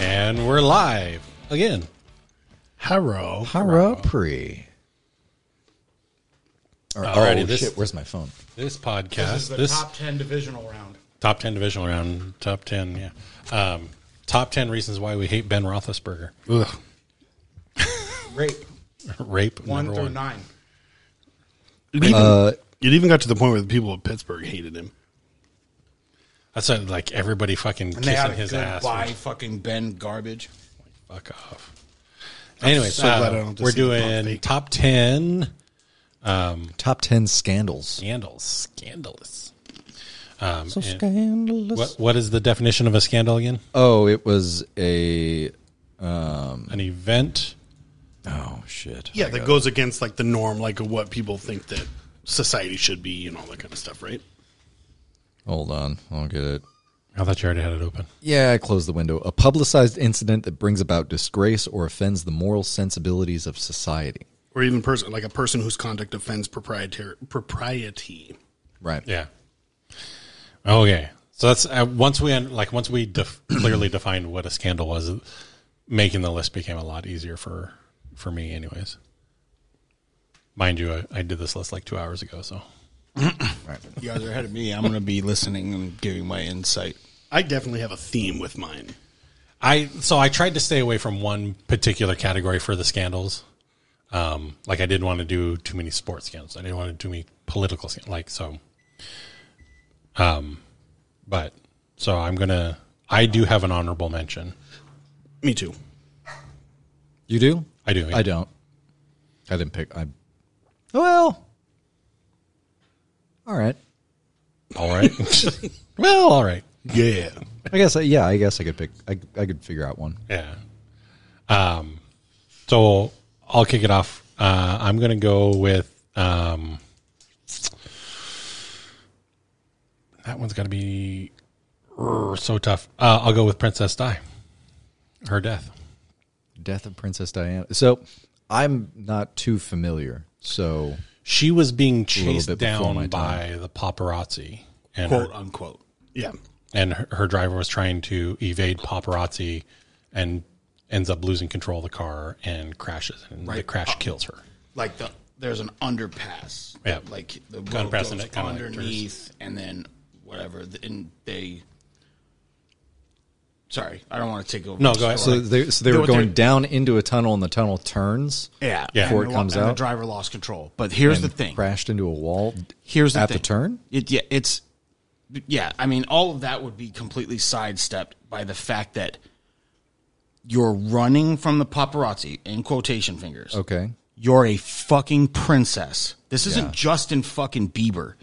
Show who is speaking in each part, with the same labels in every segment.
Speaker 1: we're live again.
Speaker 2: Hello.
Speaker 3: Harapri. Or,
Speaker 1: Alrighty,
Speaker 3: oh
Speaker 1: this-
Speaker 3: shit! Where's my phone?
Speaker 1: This
Speaker 4: This is
Speaker 1: podcast,
Speaker 4: the
Speaker 1: this top,
Speaker 4: top ten divisional round.
Speaker 1: 10 divisional round, top 10, yeah. Um, top 10 reasons why we hate Ben Roethlisberger.
Speaker 2: Ugh.
Speaker 4: Rape
Speaker 1: Rape,
Speaker 4: one
Speaker 1: number
Speaker 4: through
Speaker 1: one.
Speaker 4: nine.
Speaker 2: It even, it even got to the point where the people of Pittsburgh hated him.
Speaker 1: That's not like everybody fucking
Speaker 4: And they had
Speaker 1: kissing
Speaker 4: a
Speaker 1: his
Speaker 4: good
Speaker 1: ass.
Speaker 4: buy fucking Ben garbage.
Speaker 1: Fuck off. Anyway,
Speaker 2: so
Speaker 1: so uh,
Speaker 2: glad I don't have to
Speaker 1: we're
Speaker 2: see the pump
Speaker 1: doing
Speaker 2: fake.
Speaker 1: top 10
Speaker 3: Top ten scandals.
Speaker 1: scandals. Scandalous.
Speaker 3: So scandalous.
Speaker 1: What, what is the definition of a scandal again?
Speaker 3: Oh, it was a
Speaker 1: An event.
Speaker 3: oh shit.
Speaker 2: Yeah, that goes against like uh, the norm, like of what people think that society should be and all that kind of stuff, right?
Speaker 3: Hold on, I'll get it.
Speaker 1: I thought you already had it open.
Speaker 3: Yeah, I closed the window. A publicized incident that brings about disgrace or offends the moral sensibilities of society.
Speaker 2: Or even person like a person whose conduct offends proprietary propriety.
Speaker 3: Right.
Speaker 1: Yeah. Okay. So that's uh, once we un- like once we def- clearly defined what a scandal was, making the list became a lot easier for for me, anyways. Mind you, I, I did this list like two hours ago, so
Speaker 3: Right.
Speaker 4: You guys are ahead of me. I'm going to be listening and giving my insight.
Speaker 2: I definitely have a theme with mine.
Speaker 1: I so I tried to stay away from one particular category for the scandals. Um, like I didn't want to do too many sports scandals. I didn't want to do many political scan- like so. Um, but so I'm gonna. I do have an honorable mention.
Speaker 2: Me too.
Speaker 3: You do?
Speaker 1: I do. yeah.
Speaker 3: I don't. I didn't pick. I. Well. All right.
Speaker 1: All right. well, all right.
Speaker 2: Yeah.
Speaker 3: I guess. I, yeah. I guess I could pick. I, I could figure out one.
Speaker 1: Yeah. Um, so I'll kick it off. Uh, I'm going to go with um, that one's got to be er, so tough. Uh, I'll go with Princess Di, her death.
Speaker 3: Death of Princess Diana. So I'm not too familiar. So
Speaker 1: She was being chased
Speaker 3: bit before
Speaker 1: down
Speaker 3: my
Speaker 1: by
Speaker 3: time.
Speaker 1: the paparazzi, and her,
Speaker 4: Quote unquote.
Speaker 2: Yeah.
Speaker 1: and her, her driver was trying to evade paparazzi, and ends up losing control of the car and crashes, and the
Speaker 4: Right.
Speaker 1: crash kills her.
Speaker 4: Like the there's an underpass.
Speaker 1: Yeah.
Speaker 4: Like the
Speaker 1: Kinda
Speaker 4: road
Speaker 1: pass
Speaker 4: goes
Speaker 1: it, kinda like
Speaker 4: underneath, and then whatever. the- And they. Sorry, I don't want to take over.
Speaker 1: No,
Speaker 4: the
Speaker 1: go ahead.
Speaker 3: So
Speaker 4: story.
Speaker 3: they so they
Speaker 4: They're-
Speaker 3: were going
Speaker 4: they're-
Speaker 3: down into a tunnel and the tunnel turns
Speaker 4: yeah,
Speaker 1: Yeah.
Speaker 3: before
Speaker 4: And
Speaker 3: it
Speaker 4: the-
Speaker 3: comes
Speaker 4: and
Speaker 3: out.
Speaker 4: The driver lost control. But here's the thing.
Speaker 3: Crashed into a wall.
Speaker 4: Here's the
Speaker 3: at
Speaker 4: thing.
Speaker 3: the turn.
Speaker 4: It, yeah, it's yeah. I mean, all of that would be completely sidestepped by the fact that you're running from the paparazzi in quotation fingers.
Speaker 3: Okay.
Speaker 4: You're a fucking princess. This isn't Justin fucking Bieber.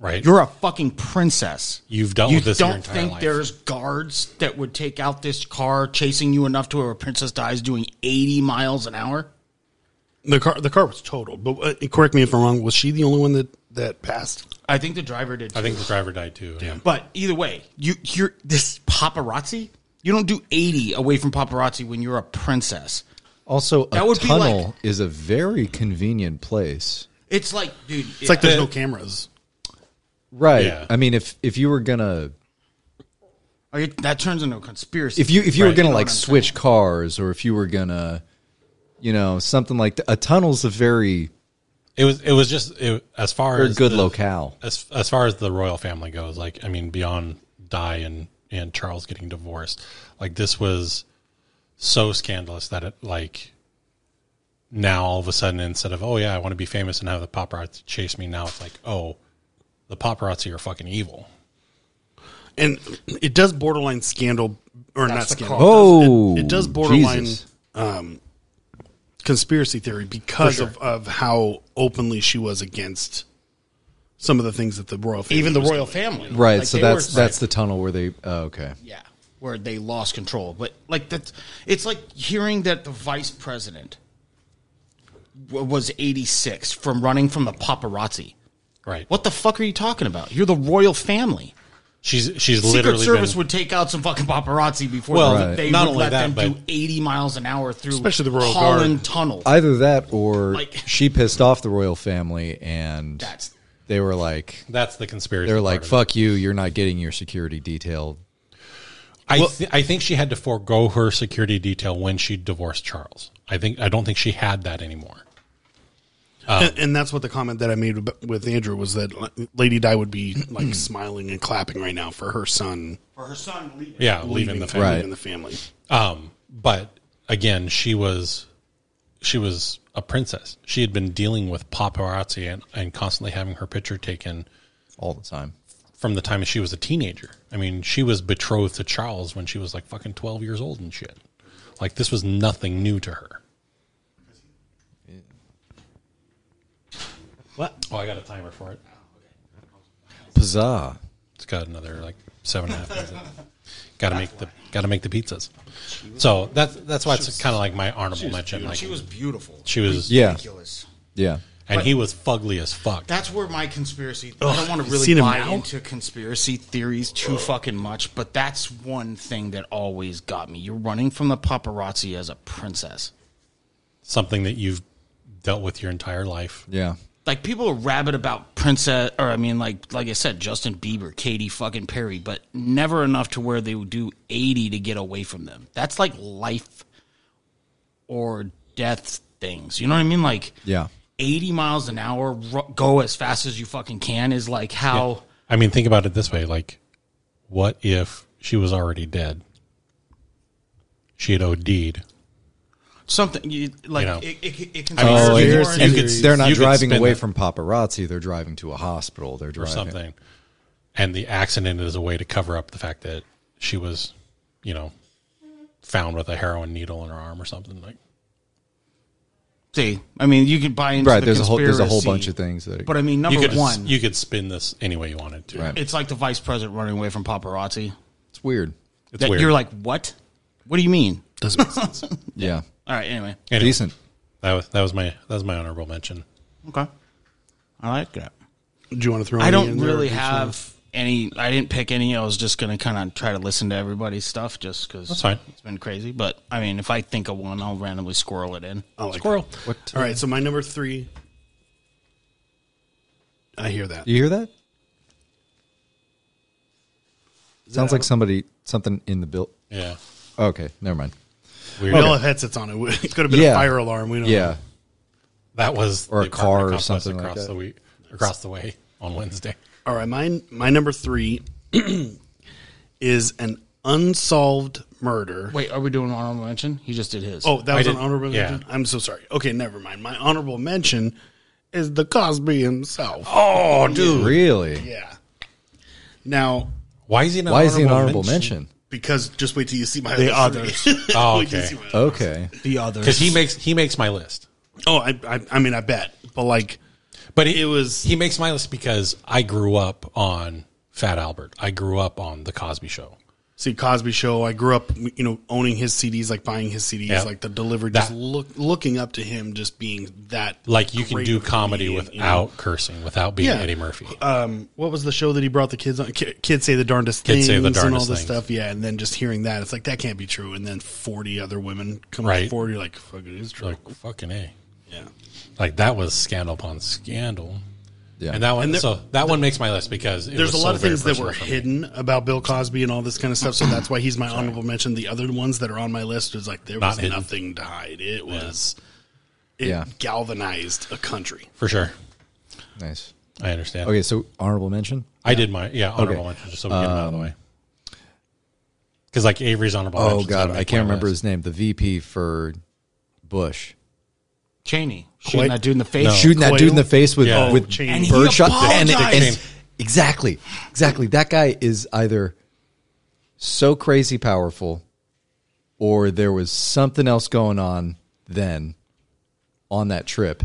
Speaker 1: Right.
Speaker 4: You're a fucking princess.
Speaker 1: You've dealt
Speaker 4: you
Speaker 1: with this your
Speaker 4: don't
Speaker 1: entire
Speaker 4: think
Speaker 1: life.
Speaker 4: there's guards that would take out this car chasing you enough to where a princess dies doing 80 miles an hour?
Speaker 2: The car the car was totaled, but uh, correct me if I'm wrong, was she the only one that that passed?
Speaker 4: I think the driver
Speaker 1: I
Speaker 4: did. too.
Speaker 1: think the driver died too. Yeah.
Speaker 4: But either way, you you're this paparazzi. You don't do eighty away from paparazzi when you're a princess.
Speaker 3: Also, a
Speaker 4: That would be like-
Speaker 3: tunnel is a very convenient place.
Speaker 4: It's like, dude,
Speaker 2: It's like there's no cameras.
Speaker 3: Right.
Speaker 1: Yeah.
Speaker 3: I mean, if if you were gonna
Speaker 4: are you- that turns into a conspiracy.
Speaker 3: if you if you
Speaker 1: Right.
Speaker 3: were gonna
Speaker 4: You know
Speaker 3: like
Speaker 4: what I'm
Speaker 3: switch cars or if you were gonna, you know, something like th- a tunnel's a very
Speaker 1: It was it was just it, as far
Speaker 3: very
Speaker 1: as
Speaker 3: good
Speaker 1: the-
Speaker 3: locale.
Speaker 1: As as far as the royal family goes, like I mean, beyond Di and and Charles getting divorced, like this was so scandalous that it like now all of a sudden instead of oh yeah I want to be famous and have the paparazzi chase me now it's like oh the paparazzi are fucking evil.
Speaker 2: and it does borderline scandal or
Speaker 4: That's the
Speaker 2: not scandal.
Speaker 4: call.
Speaker 3: Oh,
Speaker 2: it, it does borderline
Speaker 3: Jesus.
Speaker 2: um, conspiracy theory because of, of how openly she was against some of the things that the royal family
Speaker 4: even the
Speaker 2: was
Speaker 4: royal
Speaker 2: doing.
Speaker 4: family,
Speaker 3: Right.
Speaker 4: Like,
Speaker 3: so
Speaker 4: they
Speaker 3: that's
Speaker 4: were-
Speaker 3: that's the tunnel where they. Oh, okay.
Speaker 4: yeah, where they lost control. But like that's it's like hearing that the vice president w- was eighty six from running from the paparazzi.
Speaker 1: Right.
Speaker 4: What the fuck are you talking about? You're the royal family.
Speaker 1: She's she's
Speaker 4: Secret
Speaker 1: literally
Speaker 4: Service
Speaker 1: been,
Speaker 4: would take out some fucking paparazzi before
Speaker 1: Well,
Speaker 4: they-
Speaker 1: Right.
Speaker 4: they
Speaker 1: not
Speaker 4: would
Speaker 1: only
Speaker 4: let
Speaker 1: that,
Speaker 4: them do
Speaker 1: but-
Speaker 4: 80 miles an hour through
Speaker 2: Especially the Royal
Speaker 4: Holland
Speaker 2: Guard.
Speaker 4: Tunnel.
Speaker 3: Either that, or
Speaker 4: Like-
Speaker 3: she pissed off the royal family, and
Speaker 4: That's-
Speaker 3: they were like,
Speaker 1: that's the conspiracy.
Speaker 3: they were like,
Speaker 1: part of
Speaker 3: "Fuck you! You're not getting your security detail."
Speaker 1: it. I th- I think she had to forego her security detail when she divorced Charles. I think I don't think she had that anymore.
Speaker 2: and, and that's what the comment that I made ab- with Andrew was that like, Lady Di would be
Speaker 3: Hmm.
Speaker 2: like smiling and clapping right now for her son
Speaker 4: For her son leaving.
Speaker 1: Yeah, leaving, the family.
Speaker 3: Right.
Speaker 2: leaving the family.
Speaker 1: Um, but again, she was she was a princess. She had been dealing with paparazzi and, and constantly having her picture taken
Speaker 3: all the time.
Speaker 1: from the time she was a teenager. I mean, she was betrothed to Charles when she was like fucking twelve years old and shit. Like this was nothing new to her.
Speaker 2: What?
Speaker 1: Oh, I got a timer for it.
Speaker 3: Bizarre.
Speaker 1: It's got another like seven and a half minutes. Got to make the got to make the pizzas. So that's that's why it's kind of like my honorable mention. Like
Speaker 4: She was beautiful.
Speaker 1: she was
Speaker 3: Yeah.
Speaker 4: Ridiculous.
Speaker 3: Yeah.
Speaker 1: and he was fugly as fuck.
Speaker 4: That's where my conspiracy. I don't want to
Speaker 2: you
Speaker 4: really
Speaker 2: seen him
Speaker 4: buy
Speaker 2: now?
Speaker 4: into conspiracy theories too fucking much, but that's one thing that always got me. You're running from the paparazzi as a princess.
Speaker 1: something that you've dealt with your entire life.
Speaker 3: Yeah.
Speaker 4: Like people are rabid about princess, or I mean, like like I said, Justin Bieber, Katy fucking Perry, but never enough to where they would do eighty to get away from them. That's like life or death things. You know what I mean? Like
Speaker 3: Yeah.
Speaker 4: 80 miles an hour ru- go as fast as you fucking can is like how
Speaker 1: I mean, think about it this way: like, what if she was already dead? She had OD'd.
Speaker 4: something you, like
Speaker 1: You know.
Speaker 4: it, it, it can
Speaker 1: mean,
Speaker 4: spark
Speaker 1: Oh,
Speaker 4: more
Speaker 1: you
Speaker 4: into-
Speaker 1: could-
Speaker 3: they're not
Speaker 1: you could
Speaker 3: driving
Speaker 1: spin
Speaker 3: away
Speaker 1: that.
Speaker 3: from paparazzi. They're driving to a hospital. They're
Speaker 1: or
Speaker 3: driving.
Speaker 1: something. And the accident is a way to cover up the fact that she was, you know, found with a heroin needle in her arm or something. Like,
Speaker 4: See, I mean, you could buy into
Speaker 3: Right.
Speaker 4: the
Speaker 3: there's a whole there's a whole
Speaker 4: conspiracy,
Speaker 3: bunch of things that.
Speaker 4: But I mean,
Speaker 1: you
Speaker 4: number
Speaker 1: could
Speaker 4: one,
Speaker 1: you could spin this any way you wanted to.
Speaker 3: Right.
Speaker 4: it's like the vice president running away from paparazzi.
Speaker 3: it's weird.
Speaker 1: It's
Speaker 4: That
Speaker 1: weird.
Speaker 4: you're like, what? What do you mean?
Speaker 2: Doesn't make sense.
Speaker 3: Yeah.
Speaker 4: All right, anyway,
Speaker 1: Anyway,
Speaker 3: Decent.
Speaker 1: That was that was my that was my honorable mention.
Speaker 4: okay, I like that.
Speaker 2: Do you want to throw?
Speaker 4: I
Speaker 2: any
Speaker 4: don't
Speaker 2: in there?
Speaker 4: really have any. I didn't pick any. I was just gonna kind of try to listen to everybody's stuff just because
Speaker 1: That's fine.
Speaker 4: It's been crazy, but I mean, if I think of one, I'll randomly squirrel it in.
Speaker 2: I like it.
Speaker 1: Squirrel.
Speaker 3: What?
Speaker 2: All right, so my number three. I hear that.
Speaker 3: You hear that? Sounds like somebody something in the build.
Speaker 1: Yeah.
Speaker 3: Okay, never mind.
Speaker 1: Weird.
Speaker 2: Well, if headsets on, it, would- it could have been
Speaker 3: Yeah.
Speaker 2: a fire alarm. We don't.
Speaker 3: Yeah,
Speaker 1: That was
Speaker 3: Or a
Speaker 1: the
Speaker 3: car
Speaker 1: apartment
Speaker 3: or
Speaker 1: complex
Speaker 3: something like
Speaker 1: across
Speaker 3: that.
Speaker 1: the week, across the way on Wednesday.
Speaker 2: All right, mine. My number three is an unsolved murder.
Speaker 4: Wait, are we doing honorable mention? He just did his.
Speaker 2: Oh, that was an
Speaker 1: did-
Speaker 2: honorable
Speaker 1: yeah.
Speaker 2: mention. I'm so sorry. Okay, never mind. My honorable mention is the Cosby himself.
Speaker 1: Oh, dude.
Speaker 3: really.
Speaker 2: Yeah. Now,
Speaker 1: Why is he not?
Speaker 3: Why is he an honorable mention?
Speaker 2: because just wait till you see my
Speaker 4: The
Speaker 2: three.
Speaker 1: Oh,
Speaker 2: Wait till
Speaker 1: okay.
Speaker 2: you see my-
Speaker 3: Okay,
Speaker 4: the other
Speaker 1: Because he makes he makes my list,
Speaker 2: oh, I, I, I mean, I bet, but like,
Speaker 1: but it,
Speaker 2: It was-
Speaker 1: he makes my list because I grew up on Fat Albert. I grew up on the Cosby Show.
Speaker 2: see Cosby Show. I grew up, you know, owning his CDs, like buying his CDs,
Speaker 1: Yeah.
Speaker 2: like the delivery, just
Speaker 1: That-
Speaker 2: look, looking up to him, just being that.
Speaker 1: Like you can
Speaker 2: great
Speaker 1: do
Speaker 2: of a
Speaker 1: comedy
Speaker 2: comedian,
Speaker 1: without
Speaker 2: you know?
Speaker 1: cursing, without being
Speaker 2: Yeah.
Speaker 1: Eddie Murphy.
Speaker 2: um, what was the show that he brought the kids on? Ki- Kids say the darndest
Speaker 1: Kids
Speaker 2: things
Speaker 1: Say the
Speaker 2: and all
Speaker 1: Darndest
Speaker 2: this
Speaker 1: Things.
Speaker 2: stuff. Yeah, and then just hearing that, it's like that can't be true. And then forty other women come
Speaker 1: Right.
Speaker 2: forward, you're like, fuck, it is true.
Speaker 1: like fucking a,
Speaker 2: yeah,
Speaker 1: like that was scandal upon scandal.
Speaker 3: yeah,
Speaker 1: And that one,
Speaker 2: And there-
Speaker 1: so that one makes my list because it
Speaker 2: there's
Speaker 1: was
Speaker 2: a
Speaker 1: so
Speaker 2: lot of
Speaker 1: very
Speaker 2: things that
Speaker 1: personal
Speaker 2: were
Speaker 1: for me.
Speaker 2: hidden about Bill Cosby and all this kind of stuff. So that's why he's my honorable mention. The other ones that are on my list was like there
Speaker 1: Not
Speaker 2: was
Speaker 1: hidden.
Speaker 2: nothing to hide. It was it
Speaker 3: Yeah.
Speaker 2: galvanized a country.
Speaker 1: for sure.
Speaker 3: nice.
Speaker 1: I understand.
Speaker 3: Okay, so honorable mention.
Speaker 1: I did my yeah honorable
Speaker 3: Okay. Um,
Speaker 1: mention just so we get it out of the way. Because like Avery's honorable.
Speaker 3: Oh
Speaker 1: mentions
Speaker 3: God,
Speaker 1: gotta
Speaker 3: I
Speaker 1: make
Speaker 3: can't
Speaker 1: my
Speaker 3: remember
Speaker 1: list.
Speaker 3: his name. The VP for Bush
Speaker 4: Cheney shooting
Speaker 2: Quite-
Speaker 4: that dude in the face.
Speaker 3: Oh, shooting that dude in the face with
Speaker 1: Yeah.
Speaker 3: with
Speaker 2: Oh, Cheney.
Speaker 4: And he
Speaker 3: birdshot. And,
Speaker 4: apologized.
Speaker 3: and- exactly, exactly. That guy is either so crazy powerful, or there was something else going on then on that trip.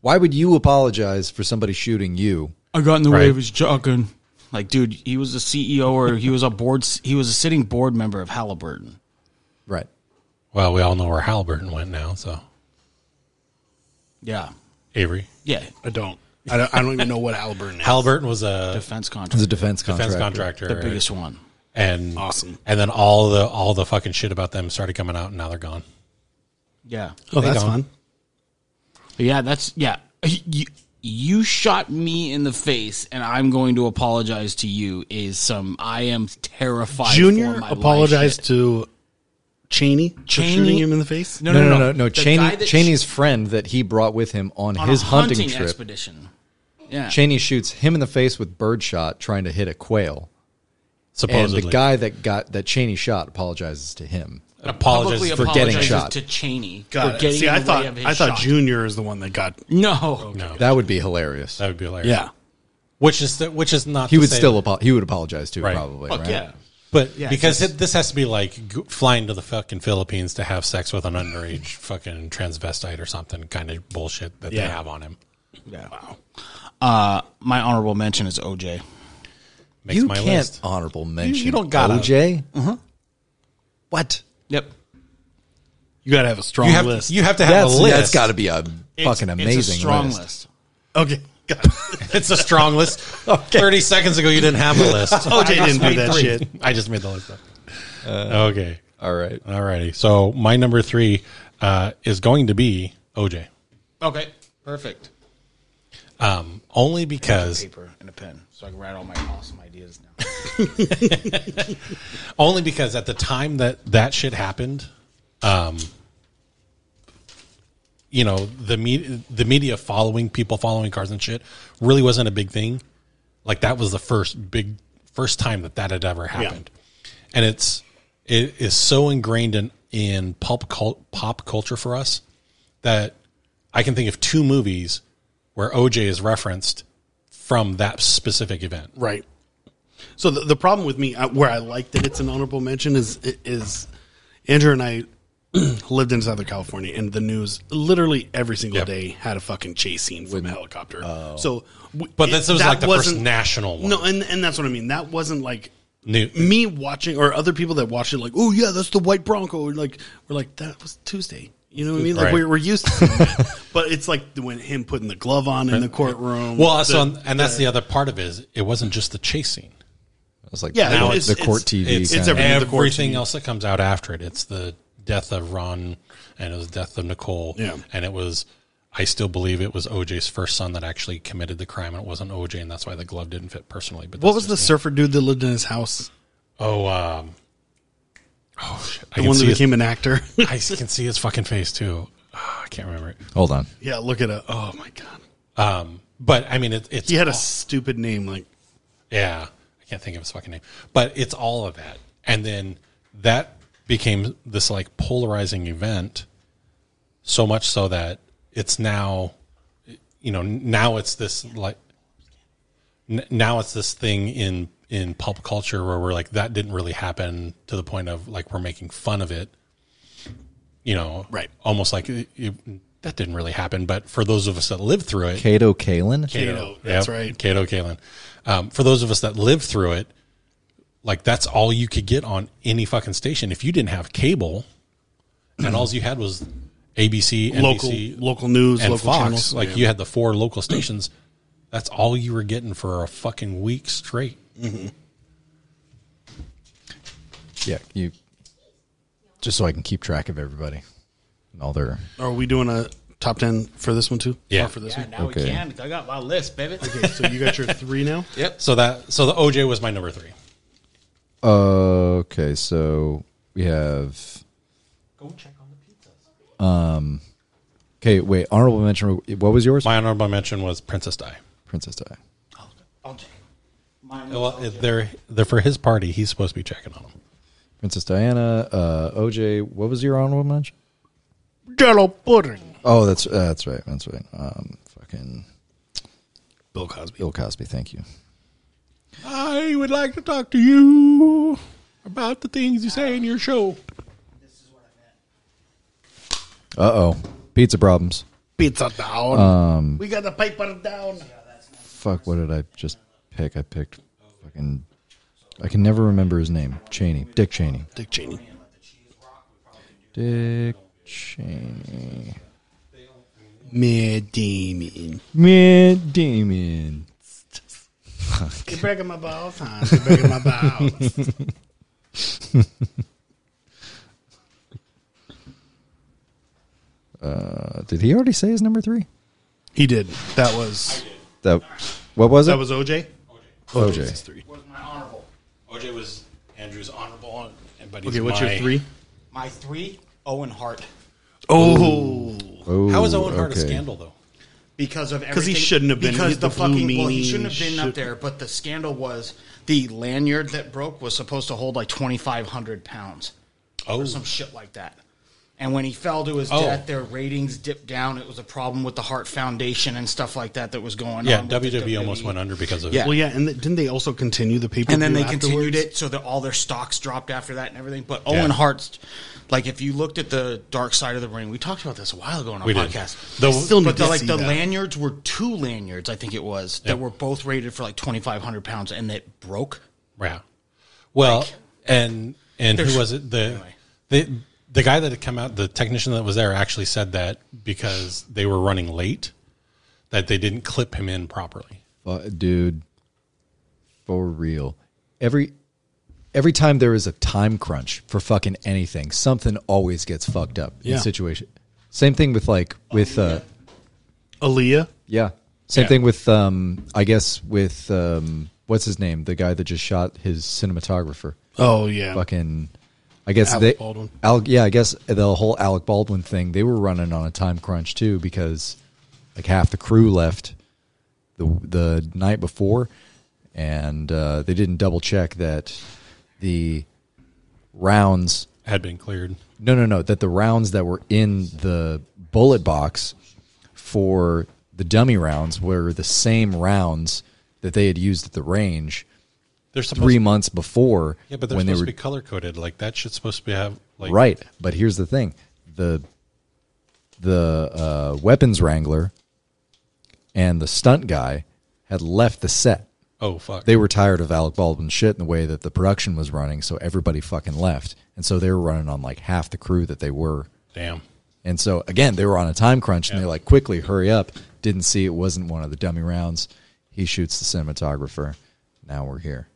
Speaker 3: Why would you apologize for somebody shooting you?
Speaker 4: I got in the
Speaker 1: Right.
Speaker 4: way of his jogging. Like, dude, he was a CEO or he was a board. He was a sitting board member of Halliburton.
Speaker 3: Right.
Speaker 1: Well, we all know where Halliburton went now, so
Speaker 4: Yeah,
Speaker 1: Avery.
Speaker 4: yeah.
Speaker 2: I don't. I don't, I don't even know what Halliburton is.
Speaker 1: Halliburton was a
Speaker 4: Defense
Speaker 3: It was a
Speaker 4: contract,
Speaker 3: defense contract.
Speaker 1: defense contractor,
Speaker 4: the biggest one.
Speaker 1: and
Speaker 2: Awesome.
Speaker 1: And then all the all the fucking shit about them started coming out, and now they're gone.
Speaker 4: Yeah,
Speaker 2: Oh,
Speaker 1: They
Speaker 2: that's
Speaker 1: don't.
Speaker 2: fun.
Speaker 4: yeah. That's yeah. He- you-
Speaker 5: you shot me in the face and I'm going to apologize to you is some I am terrified. for
Speaker 2: Junior
Speaker 5: my life
Speaker 2: apologized
Speaker 5: shit.
Speaker 2: to Cheney for
Speaker 5: Cheney-
Speaker 2: shooting him in the face.
Speaker 3: No, no, no, no. no,
Speaker 5: The guy
Speaker 3: Cheney,
Speaker 5: that
Speaker 3: Cheney's friend that he brought with him on,
Speaker 5: on a
Speaker 3: his hunting, trip.
Speaker 5: expedition. Yeah.
Speaker 3: Cheney shoots him in the face with birdshot trying to hit a quail.
Speaker 1: supposedly.
Speaker 3: And the guy that got that Cheney shot apologizes to him.
Speaker 1: apologizes
Speaker 5: Publicly
Speaker 1: for
Speaker 3: getting
Speaker 5: apologizes
Speaker 3: shot.
Speaker 5: to Cheney for
Speaker 2: Got it.
Speaker 5: getting
Speaker 2: See,
Speaker 5: in
Speaker 2: I
Speaker 5: the
Speaker 2: thought
Speaker 5: way of his
Speaker 2: I thought
Speaker 5: shot.
Speaker 2: Junior is the one that got.
Speaker 5: no.
Speaker 1: no.
Speaker 3: That would be hilarious.
Speaker 1: That would be hilarious.
Speaker 2: Yeah,
Speaker 1: which is the, which is not.
Speaker 3: he
Speaker 1: to
Speaker 3: would
Speaker 1: say
Speaker 3: still
Speaker 1: that-
Speaker 3: apo- he would apologize to
Speaker 1: Right.
Speaker 3: probably,
Speaker 5: Fuck
Speaker 3: right?
Speaker 5: yeah.
Speaker 1: but because it, this has to be like g- flying to the fucking Philippines to have sex with an underage fucking transvestite or something kind of bullshit that
Speaker 2: Yeah.
Speaker 1: they have on him.
Speaker 5: My honorable mention is OJ.
Speaker 1: Makes
Speaker 3: You
Speaker 1: my
Speaker 3: can't
Speaker 1: list.
Speaker 3: honorable mention.
Speaker 1: don't gotta-
Speaker 3: OJ. What?
Speaker 5: Yep.
Speaker 2: you got to have a strong
Speaker 1: You have
Speaker 2: list.
Speaker 1: to, you have to have
Speaker 3: That's
Speaker 1: a list.
Speaker 3: that's got to be a
Speaker 5: It's-
Speaker 3: fucking amazing
Speaker 5: it's a strong
Speaker 3: list.
Speaker 2: okay, got it.
Speaker 1: It's a strong list. Thirty seconds ago, you didn't have a list.
Speaker 2: OJ didn't do that shit.
Speaker 1: I just made the list up. Uh, okay,
Speaker 3: All right.
Speaker 1: alrighty. So my number three uh, is going to be OJ,
Speaker 5: Okay. Perfect.
Speaker 1: only because
Speaker 5: Paper and a pen, so I can write all my awesome ideas now.
Speaker 1: only because at the time that that shit happened, um, you know the media the media following people following cars and shit really wasn't a big thing. Like that was the first big first time that that had ever happened, and it's it is so ingrained in in pop cult, pop culture for us that I can think of two movies where OJ is referenced from that specific event.
Speaker 2: Right. So the, the problem with me, uh, where I like that it's an honorable mention, is is Andrew and I lived in Southern California, and the news literally every single
Speaker 1: Yep. oh.
Speaker 2: day had a fucking chase scene from a helicopter. so, w-
Speaker 1: But
Speaker 2: it-
Speaker 1: this was
Speaker 2: that
Speaker 1: like the first
Speaker 2: wasn't-
Speaker 1: national one.
Speaker 2: No, and and that's what I mean. That wasn't like
Speaker 1: New,
Speaker 2: me watching or other people that watched it. Like, oh yeah, that's the white Bronco. And like we're like that was Tuesday. You know what I mean? Like
Speaker 1: Right.
Speaker 2: we're, we're used to, seeing that. but it's like when him putting the glove on in the courtroom.
Speaker 1: Well,
Speaker 2: Mm-hmm. the-
Speaker 1: so and that's the, other part of it is it wasn't just the chasing.
Speaker 3: I was like,
Speaker 2: Yeah,
Speaker 3: the,
Speaker 2: no,
Speaker 3: court-
Speaker 2: it's-
Speaker 3: the court
Speaker 2: it's-
Speaker 3: TV.
Speaker 1: It's,
Speaker 3: kinda-
Speaker 2: every- everything
Speaker 1: everything,
Speaker 2: at the court scene.
Speaker 1: else that comes out after it. It's the death of Ron and it was the death of Nicole.
Speaker 2: Yeah.
Speaker 1: And it was I still believe it was OJ's first son that actually committed the crime and it wasn't OJ and that's why the glove didn't fit personally. But
Speaker 2: What
Speaker 1: that's
Speaker 2: was the
Speaker 1: just
Speaker 2: surfer dude that lived in his house?
Speaker 1: me. Oh um Oh shit. I
Speaker 2: The
Speaker 1: can
Speaker 2: one that
Speaker 1: see his,
Speaker 2: became an actor.
Speaker 1: I can see his fucking face too. Ah, I can't remember it.
Speaker 3: Hold on.
Speaker 2: yeah, look at it. Oh my god,
Speaker 1: But I mean it, it's
Speaker 2: he had a
Speaker 1: all-
Speaker 2: stupid name. Like,
Speaker 1: Yeah, I can't think of his fucking name, but it's all of that, and then that became this like polarizing event, so much so that it's now, you know, now it's this like, n- now it's this thing in in pop culture where we're like that didn't really happen to the point of like we're making fun of it, you know,
Speaker 2: Right.
Speaker 1: Almost like it, it, that didn't really happen, but for those of us that lived through it,
Speaker 3: Cato Kalin.
Speaker 2: Kato, that's right.
Speaker 1: Cato Kalin. Um, for those of us that lived through it, like that's all you could get on any fucking station. If you didn't have cable, and all you had was ABC,
Speaker 2: local
Speaker 1: NBC,
Speaker 2: local news,
Speaker 1: and
Speaker 2: local
Speaker 1: Fox,
Speaker 2: channels.
Speaker 1: like
Speaker 2: Yeah.
Speaker 1: you had the four local stations. That's all you were getting for a fucking week straight.
Speaker 3: Yeah, you. Just so I can keep track of everybody and all their.
Speaker 2: Are we doing a top ten for this one too?
Speaker 1: Yeah.
Speaker 2: Or for this
Speaker 5: Yeah,
Speaker 2: one.
Speaker 5: now
Speaker 3: Okay.
Speaker 5: we can. I got my list, baby.
Speaker 2: Okay, so you got your three now.
Speaker 1: So that so the OJ was my number three.
Speaker 3: Uh, okay, so we have.
Speaker 5: Go check on the pizza.
Speaker 3: Okay, wait. Honorable mention. What was yours?
Speaker 1: My honorable mention was Princess Di.
Speaker 3: Princess Di.
Speaker 5: I'll check. Mine was
Speaker 1: Well,
Speaker 5: OJ.
Speaker 1: they're they're for his party. He's supposed to be checking on them.
Speaker 3: Princess Diana. Uh, OJ. What was your honorable mention?
Speaker 2: Jello pudding.
Speaker 3: Oh, that's uh, that's right. That's right. Um, fucking
Speaker 2: Bill Cosby.
Speaker 3: Bill Cosby. Thank you.
Speaker 1: I would like to talk to you about the things you say in your show.
Speaker 3: Uh oh, pizza problems.
Speaker 2: Pizza down.
Speaker 1: Um,
Speaker 2: we got the paper down.
Speaker 3: Fuck. What did I just pick? I picked fucking. I can never remember his name. Cheney. Dick Cheney.
Speaker 2: Dick Cheney.
Speaker 3: Dick Cheney.
Speaker 2: Mad Damien.
Speaker 3: Matt Damon.
Speaker 2: You're breaking my balls, huh? You're breaking my balls.
Speaker 3: Uh, did he already say his number three?
Speaker 2: He did. That was
Speaker 3: That what was it?
Speaker 2: that was OJ.
Speaker 3: OJ.
Speaker 2: was his three.
Speaker 5: Was my honorable.
Speaker 1: OJ was Andrew's honorable, and but he's
Speaker 2: Okay, what's
Speaker 1: my-
Speaker 2: your three?
Speaker 5: My three, Owen Hart.
Speaker 2: Oh,
Speaker 3: Oh,
Speaker 1: How is Owen Hart
Speaker 3: okay.
Speaker 1: a scandal though?
Speaker 5: because of
Speaker 2: 'Cause he
Speaker 5: everything-
Speaker 2: shouldn't have been.
Speaker 5: because
Speaker 2: He's
Speaker 5: the,
Speaker 2: the blue
Speaker 5: fucking well he
Speaker 2: meanie,
Speaker 5: shouldn't have been
Speaker 2: should-
Speaker 5: up there but the scandal was the lanyard that broke was supposed to hold like 2500 pounds
Speaker 1: Oh,
Speaker 5: or some shit like that and when he fell to his
Speaker 1: Oh.
Speaker 5: death their ratings dipped down it was a problem with the heart foundation and stuff like that that was going
Speaker 1: yeah.
Speaker 5: on with the E.
Speaker 1: WWE,
Speaker 2: E
Speaker 1: almost went under because of
Speaker 5: Yeah.
Speaker 1: it.
Speaker 2: well, yeah, and th- didn't they also continue the paper?
Speaker 5: and then they continued it so that all their stocks dropped after that and everything but
Speaker 1: Yeah.
Speaker 5: owen hart's like if you looked at the dark side of the ring we talked about this a while ago on our
Speaker 1: We did.
Speaker 5: podcast
Speaker 1: The-
Speaker 2: Still need
Speaker 5: but the,
Speaker 2: to
Speaker 5: like
Speaker 2: see
Speaker 5: the
Speaker 2: that.
Speaker 5: lanyards were two lanyards i think it was that
Speaker 1: Yep.
Speaker 5: were both rated for like 2500 pounds and that broke
Speaker 1: Yeah. Well, and and who was it? The the the guy that had come out, the technician that was there, actually said that because they were running late, that they didn't clip him in properly.
Speaker 3: Fu- dude, for real. Every every time there is a time crunch for fucking anything, something always gets fucked up
Speaker 2: Yeah.
Speaker 3: in situation. Same thing with like with uh
Speaker 2: Aaliyah.
Speaker 3: yeah. Same
Speaker 1: Yeah.
Speaker 3: thing with um I guess with um what's his name? The guy that just shot his cinematographer.
Speaker 2: Oh yeah,
Speaker 3: Fucking I guess
Speaker 2: Alec
Speaker 3: they
Speaker 2: Baldwin.
Speaker 3: Al, yeah, I guess the whole Alec Baldwin thing, they were running on a time crunch too because like half the crew left the the night before, and uh, they didn't double check that the rounds.
Speaker 1: Had been cleared.
Speaker 3: No, no, no. That the rounds that were in the bullet box for the dummy rounds were the same rounds that they had used at the range
Speaker 1: They're supposed
Speaker 3: three months before
Speaker 1: yeah, but they're supposed to be color coded. Like that shit's supposed to be have like
Speaker 3: right. But here's the thing: the the uh, weapons wrangler and the stunt guy had left the set.
Speaker 1: Oh fuck.
Speaker 3: They were tired of Alec Baldwin's shit and the way that the production was running, so everybody fucking left. And so they were running on like half the crew that they were.
Speaker 1: Damn.
Speaker 3: And so again, they were on a time crunch and they're like, quickly, hurry up. Didn't see it wasn't one of the dummy rounds. He shoots the cinematographer. Now we're here.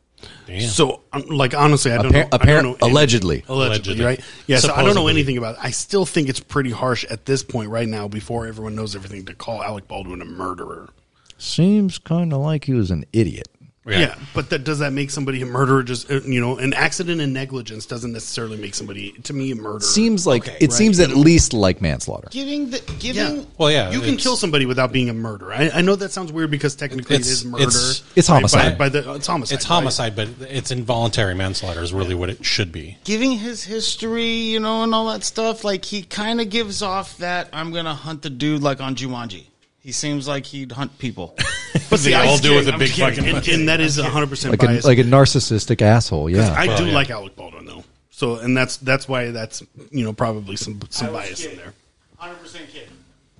Speaker 1: Damn.
Speaker 2: So, um, like, honestly, I don't
Speaker 3: Appar-
Speaker 2: know. I
Speaker 3: apparent-
Speaker 2: don't know any-
Speaker 3: allegedly.
Speaker 2: allegedly,
Speaker 1: Allegedly.
Speaker 2: right? Yeah. So I don't know
Speaker 1: Supposedly.
Speaker 2: anything about. it. I still think it's pretty harsh at this point, right now, before everyone knows everything, to call Alec Baldwin a murderer.
Speaker 3: Seems kind of like he was an idiot.
Speaker 2: Yeah, but that does that make somebody a murderer? Just uh, you know, an accident and negligence doesn't necessarily make somebody to me a murderer.
Speaker 3: Seems like
Speaker 5: Okay,
Speaker 3: it
Speaker 5: right.
Speaker 3: seems at least like manslaughter.
Speaker 5: giving the giving
Speaker 2: Yeah.
Speaker 1: Well, yeah,
Speaker 2: you can
Speaker 1: it's-
Speaker 2: kill somebody without being a murderer. I, I know that sounds weird because technically it
Speaker 1: It's-
Speaker 2: is murder.
Speaker 1: it's-
Speaker 3: It's
Speaker 2: by-
Speaker 3: homicide.
Speaker 2: By, by the, it's homicide.
Speaker 1: It's
Speaker 2: right?
Speaker 1: homicide, but it's involuntary manslaughter is really what it should be.
Speaker 5: giving his history you know and all that stuff like he kind of gives off that i'm gonna hunt the dude like on jumanji he seems like he'd hunt people
Speaker 2: But
Speaker 1: They all do with a
Speaker 2: I'm
Speaker 1: big
Speaker 2: kidding.
Speaker 1: fucking
Speaker 2: and,
Speaker 1: pussy.
Speaker 2: and that is 100 percent
Speaker 3: like a,
Speaker 2: biased.
Speaker 3: like a narcissistic asshole. Yeah,
Speaker 2: I
Speaker 1: Well,
Speaker 2: do
Speaker 1: yeah.
Speaker 2: like Alec Baldwin though. So and that's that's why that's you know probably some some bias in there.
Speaker 5: 100% kid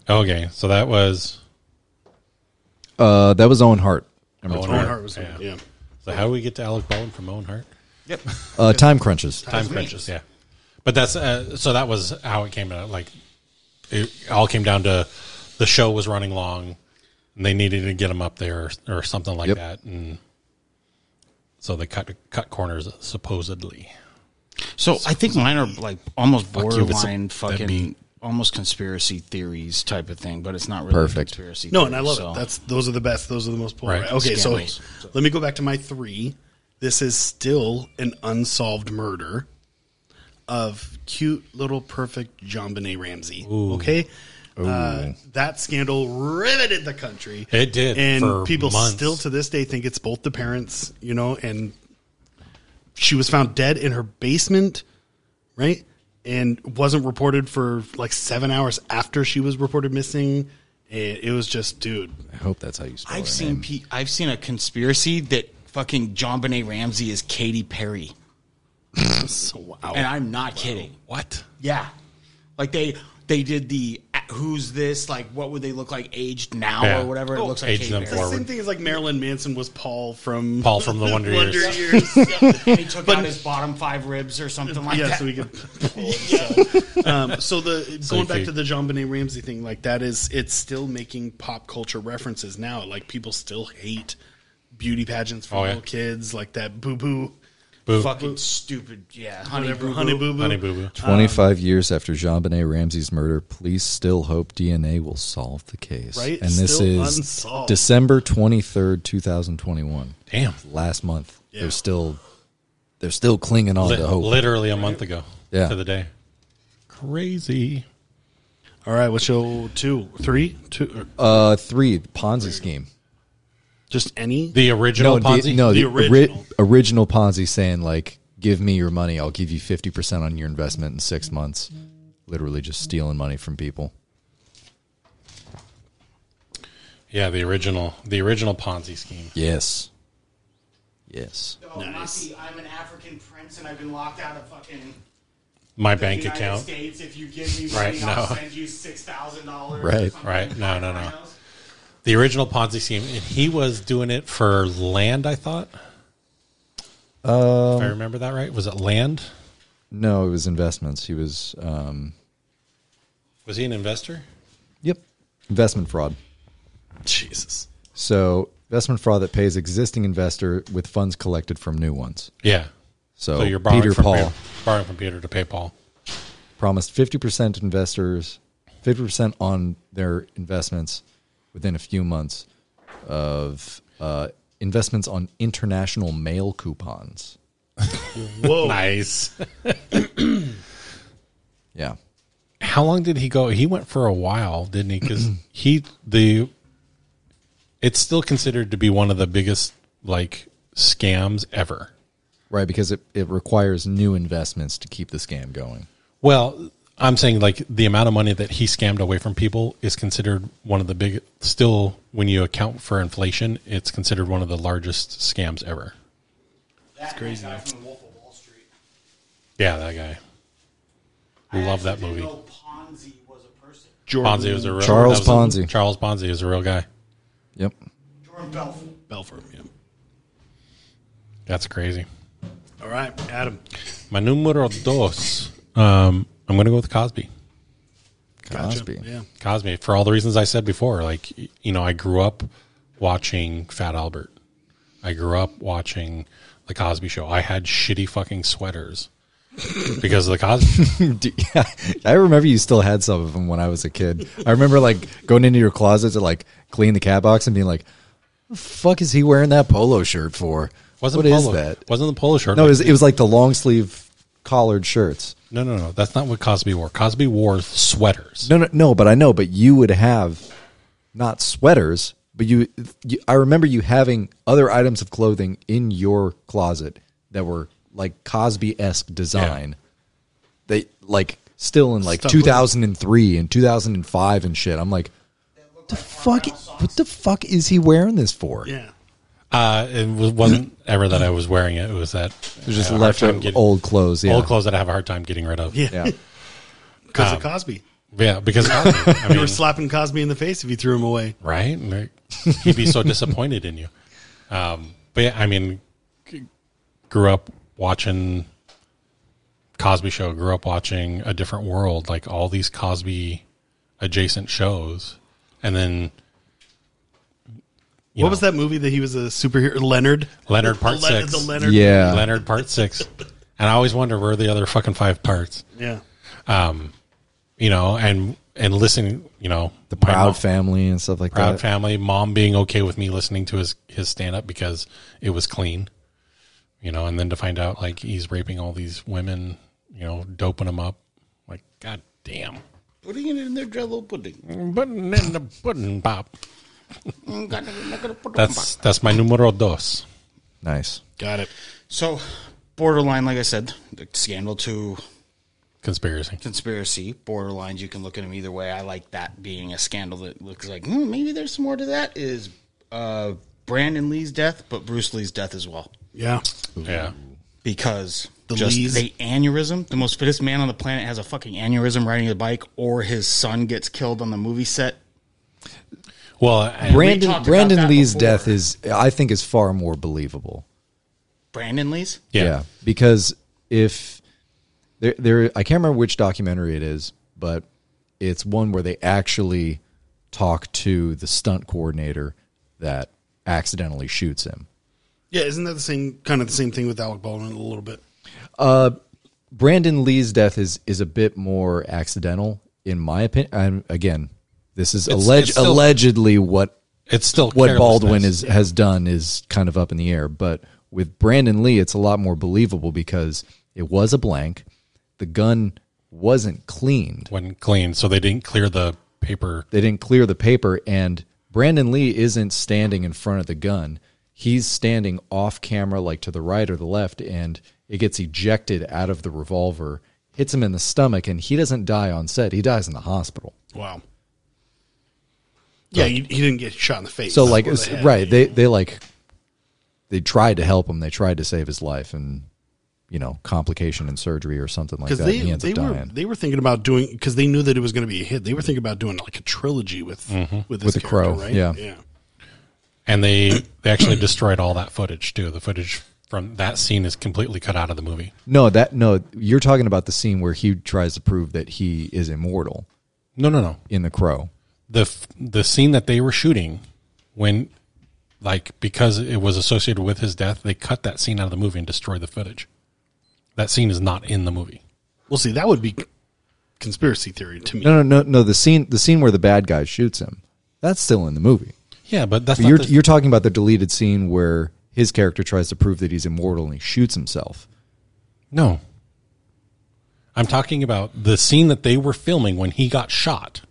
Speaker 1: Okay, so that was.
Speaker 3: uh, that was Owen Hart. Number
Speaker 1: Owen
Speaker 3: three.
Speaker 2: Owen
Speaker 1: Hart.
Speaker 2: Hart was
Speaker 1: Yeah.
Speaker 2: yeah. yeah.
Speaker 1: So how do we get to Alec Baldwin from Owen Hart?
Speaker 5: yep
Speaker 3: Uh, time crunches.
Speaker 1: time crunches. Yeah, but that's uh, so that was how it came out. Like it all came down to the show was running long, and they needed to get him up there or, or something like
Speaker 3: Yep.
Speaker 1: that, and so they cut cut corners supposedly.
Speaker 5: So I think mine are like almost
Speaker 1: you, if it's a-
Speaker 5: borderline
Speaker 1: that'd
Speaker 5: fucking
Speaker 1: be-
Speaker 5: almost conspiracy theories type of thing, but it's not really
Speaker 3: Perfect.
Speaker 5: A conspiracy.
Speaker 2: No,
Speaker 5: theory,
Speaker 2: and I love
Speaker 5: so-
Speaker 2: it. That's those are the best. Those are the most polarized.
Speaker 1: Right.
Speaker 2: Okay, so,
Speaker 5: Scandals.
Speaker 2: let me go back to my three. This is still an unsolved murder of cute little perfect John Benet Ramsey. Okay, Uh, that scandal riveted the country.
Speaker 1: It did,
Speaker 2: and
Speaker 1: for
Speaker 2: people
Speaker 1: months.
Speaker 2: still to this day think it's both the parents. You know, and she was found dead in her basement, right? And wasn't reported for like seven hours after she was reported missing. It, it was just, dude,
Speaker 3: I hope that's how you spell
Speaker 5: I've
Speaker 3: her
Speaker 5: seen
Speaker 3: name.
Speaker 5: pe- I've seen a conspiracy that fucking John Benet Ramsey is Katy Perry,
Speaker 2: so wow.
Speaker 5: and I'm not kidding.
Speaker 1: What?
Speaker 5: Yeah, like they they did the uh, who's this like what would they look like aged now
Speaker 1: Yeah.
Speaker 5: or whatever
Speaker 2: Oh,
Speaker 5: it looks like
Speaker 1: age
Speaker 5: Katy
Speaker 1: them
Speaker 5: Perry.
Speaker 2: It's the same
Speaker 1: forward.
Speaker 2: thing as like Marilyn Manson was Paul from
Speaker 1: Paul from the Wonder Years.
Speaker 2: Years.
Speaker 5: and he took
Speaker 2: But-
Speaker 5: out his bottom five ribs or something like
Speaker 2: yeah,
Speaker 5: that.
Speaker 2: so we could. So, um, so the
Speaker 1: So
Speaker 2: going
Speaker 1: you
Speaker 2: back
Speaker 1: could-
Speaker 2: to the John Benet Ramsey thing, like that is it's still making pop culture references now. Like people still hate beauty pageants for
Speaker 1: Oh, yeah.
Speaker 2: little kids, like that boo boo
Speaker 1: Boo.
Speaker 5: fucking stupid. Yeah, honey
Speaker 2: Whatever,
Speaker 5: boo
Speaker 2: honey
Speaker 5: boo.
Speaker 2: boo boo.
Speaker 1: Honey Boo Boo.
Speaker 3: 25 years after Jean Benet Ramsey's murder, police still hope DNA will solve the case.
Speaker 2: Right?
Speaker 3: And this
Speaker 2: Still
Speaker 3: is
Speaker 2: unsolved.
Speaker 3: December 23rd, 2021.
Speaker 1: Damn.
Speaker 3: Last month.
Speaker 2: Yeah.
Speaker 3: They're still they're still clinging on
Speaker 1: Li-
Speaker 3: to hope.
Speaker 1: literally a month ago
Speaker 3: Yeah.
Speaker 1: to the day. Crazy.
Speaker 2: All right, what's your two, three, two? Or
Speaker 3: Uh 3, the Ponzi scheme.
Speaker 2: just any?
Speaker 1: The original
Speaker 3: no,
Speaker 1: Ponzi.
Speaker 3: The, no,
Speaker 2: The
Speaker 3: the,
Speaker 2: original.
Speaker 3: original. original Ponzi saying like, "Give me your money. I'll give you fifty percent on your investment in six months." Literally just stealing money from people.
Speaker 1: Yeah, the original. The original Ponzi scheme.
Speaker 3: Yes. Yes.
Speaker 6: Oh, Monty, I'm an African prince and I've been locked out of fucking
Speaker 1: My
Speaker 6: the
Speaker 1: bank
Speaker 6: United
Speaker 1: account.
Speaker 6: States. If you give me
Speaker 1: Right,
Speaker 6: money, I'll
Speaker 1: no.
Speaker 6: send you six thousand dollars.
Speaker 3: Right,
Speaker 1: right. No, no, no. The original Ponzi scheme, and he was doing it for land. I thought.
Speaker 3: Um,
Speaker 1: if I remember that right, was it land?
Speaker 3: No, it was investments. He was. Um,
Speaker 1: Was he an investor?
Speaker 3: yep. Investment fraud.
Speaker 2: Jesus.
Speaker 3: So investment fraud that pays existing investor with funds collected from new ones.
Speaker 1: Yeah.
Speaker 3: So,
Speaker 1: So you're borrowing
Speaker 3: Peter
Speaker 1: from
Speaker 3: Paul
Speaker 1: Peter, borrowing from Peter to pay Paul.
Speaker 3: promised fifty percent investors, fifty percent on their investments within a few months of uh, investments on international mail coupons.
Speaker 2: Whoa.
Speaker 1: Nice.
Speaker 3: Yeah.
Speaker 1: How long did he go? He went for a while, didn't he? Because he the it's still considered to be one of the biggest like scams ever.
Speaker 3: Right, because it, it requires new investments to keep the scam going.
Speaker 1: Well, I'm saying like the amount of money that he scammed away from people is considered one of the big. Still, when you account for inflation, it's considered one of the largest scams ever.
Speaker 6: That's crazy. Guy from Wolf of Wall Street.
Speaker 1: Yeah, that guy.
Speaker 6: I
Speaker 1: Love that
Speaker 6: actually
Speaker 1: movie.
Speaker 6: didn't know Ponzi was a person.
Speaker 2: Jordan
Speaker 1: Ponzi was a real
Speaker 3: Charles
Speaker 1: that was a-
Speaker 3: Ponzi.
Speaker 1: Charles Ponzi is a real guy.
Speaker 3: Yep.
Speaker 6: Jordan Belfort.
Speaker 2: Belfer. Yeah.
Speaker 1: That's crazy.
Speaker 2: All right, Adam.
Speaker 1: My numero dos. Um, I'm gonna go with Cosby.
Speaker 2: Gotcha.
Speaker 3: Cosby.
Speaker 2: Yeah.
Speaker 1: Cosby, for all the reasons I said before, like y- you know, I grew up watching Fat Albert. I grew up watching the Cosby Show. I had shitty fucking sweaters because of the Cosby. Show.
Speaker 3: Do- I remember you still had some of them when I was a kid. I remember like going into your closet to like clean the cat box and being like, the fuck is he wearing that polo shirt for?
Speaker 1: Wasn't
Speaker 3: What is
Speaker 1: polo,
Speaker 3: that?
Speaker 1: Wasn't the polo shirt?
Speaker 3: No, it was, it was like the long sleeve collared shirts.
Speaker 1: no, no, no. That's not what Cosby wore. Cosby wore sweaters.
Speaker 3: No, no, no, but I know, but you would have not sweaters, but you, you I remember you having other items of clothing in your closet that were like Cosby esque design. They like still in like
Speaker 2: Stuck with it.
Speaker 3: 2003 and 2005 and shit. I'm like, the fuck, what the fuck is he wearing this for?
Speaker 2: Yeah.
Speaker 1: Uh, it was, wasn't ever that I was wearing it. It was that uh, it
Speaker 3: It was just left out old clothes. Yeah.
Speaker 1: old clothes that I have a hard time getting rid of.
Speaker 2: Yeah.
Speaker 3: Yeah.
Speaker 2: Because of Cosby.
Speaker 1: yeah, because Cosby. I
Speaker 2: You
Speaker 1: mean,
Speaker 2: were slapping Cosby in the face if you threw him away.
Speaker 1: right? Like, he'd be so disappointed in you. Um, but yeah, I mean, g- grew up watching Cosby Show, grew up watching A Different World, like all these Cosby adjacent shows, and then you
Speaker 2: What
Speaker 1: know,
Speaker 2: was that movie that he was a superhero? Leonard.
Speaker 1: Leonard
Speaker 2: The
Speaker 1: Part
Speaker 2: Le-
Speaker 1: Six,
Speaker 2: The Leonard.
Speaker 3: yeah.
Speaker 1: Leonard Part Six, and I always wonder where the other fucking five parts, Um,
Speaker 2: Yeah.
Speaker 1: you know, and and listening, you know,
Speaker 3: The
Speaker 1: my
Speaker 3: proud
Speaker 1: mom-
Speaker 3: family and stuff like
Speaker 1: proud
Speaker 3: that.
Speaker 1: family mom being okay with me listening to his his stand up because it was clean you know and then to find out like he's raping all these women you know doping them up like god damn
Speaker 5: Putting it in their jello pudding.
Speaker 1: putting in the pudding pop
Speaker 5: Mm, gotta- gotta put it back.
Speaker 1: that's that's my numero dos
Speaker 3: Nice.
Speaker 2: Got it.
Speaker 5: so borderline. Like I said, the scandal to
Speaker 1: conspiracy
Speaker 5: conspiracy borderlines. You can look at them either way. I like that being a scandal that looks like hmm, maybe there's some more to that. Is uh, Brandon Lee's death, but Bruce Lee's death as well.
Speaker 2: Yeah.
Speaker 1: yeah
Speaker 5: because
Speaker 2: The
Speaker 5: just
Speaker 2: lees.
Speaker 5: the aneurysm. The most fittest man on the planet has a fucking aneurysm riding a bike, or his son gets killed on the movie set.
Speaker 1: well I-
Speaker 5: We
Speaker 3: Brandon
Speaker 5: talked about
Speaker 3: Brandon
Speaker 5: that
Speaker 3: Lee's
Speaker 5: before.
Speaker 3: death is I think is far more believable.
Speaker 5: Brandon Lee's.
Speaker 1: yeah,
Speaker 3: because if there there I can't remember which documentary it is, but it's one where they actually talk to the stunt coordinator that accidentally shoots him.
Speaker 2: Yeah, isn't that the same kind of the same thing with Alec Baldwin a little bit?
Speaker 3: Brandon Lee's death is is a bit more accidental, in my opinion. And again, this is
Speaker 1: It's-
Speaker 3: alleged
Speaker 1: it's still-
Speaker 3: allegedly what
Speaker 1: It's still
Speaker 3: what Baldwin
Speaker 1: carelessness.
Speaker 3: is has done is kind of up in the air. But with Brandon Lee, it's a lot more believable because it was a blank. The gun wasn't cleaned.
Speaker 1: when clean, so they didn't clear the paper.
Speaker 3: They didn't clear the paper, and Brandon Lee isn't standing in front of the gun. He's standing off camera, like to the right or the left, and it gets ejected out of the revolver, hits him in the stomach, and he doesn't die on set. He dies in the hospital.
Speaker 2: Wow. Yeah, he, he didn't get shot in the face.
Speaker 3: So like
Speaker 2: Or the
Speaker 3: it's-
Speaker 2: head.
Speaker 3: right, they they like they tried to help him, they tried to save his life and you know, complication and surgery or something like that.
Speaker 2: because they
Speaker 3: and he ends
Speaker 2: they
Speaker 3: up
Speaker 2: were
Speaker 3: dying.
Speaker 2: they were thinking about doing because they knew that it was going to be a hit. They were thinking about doing like a trilogy with with, this
Speaker 3: Mm-hmm. With the
Speaker 2: character,
Speaker 3: Crow,
Speaker 2: right?
Speaker 3: yeah.
Speaker 2: yeah.
Speaker 1: and they they actually destroyed all that footage too. The footage from that scene is completely cut out of the movie.
Speaker 3: no, that no, you're talking about the scene where he tries to prove that he is immortal
Speaker 1: No, no, no.
Speaker 3: in the crow.
Speaker 1: The f- the scene that they were shooting when like because it was associated with his death, they cut that scene out of the movie and destroyed the footage. That scene is not in the movie.
Speaker 2: Well, see, that would be conspiracy theory to me.
Speaker 3: No, no, no, no, the scene the scene where the bad guy shoots him. That's still in the movie.
Speaker 1: Yeah, but that's
Speaker 3: But
Speaker 1: not
Speaker 3: you're
Speaker 1: the-
Speaker 3: you're talking about the deleted scene where his character tries to prove that he's immortal and he shoots himself.
Speaker 1: no. I'm talking about the scene that they were filming when he got shot.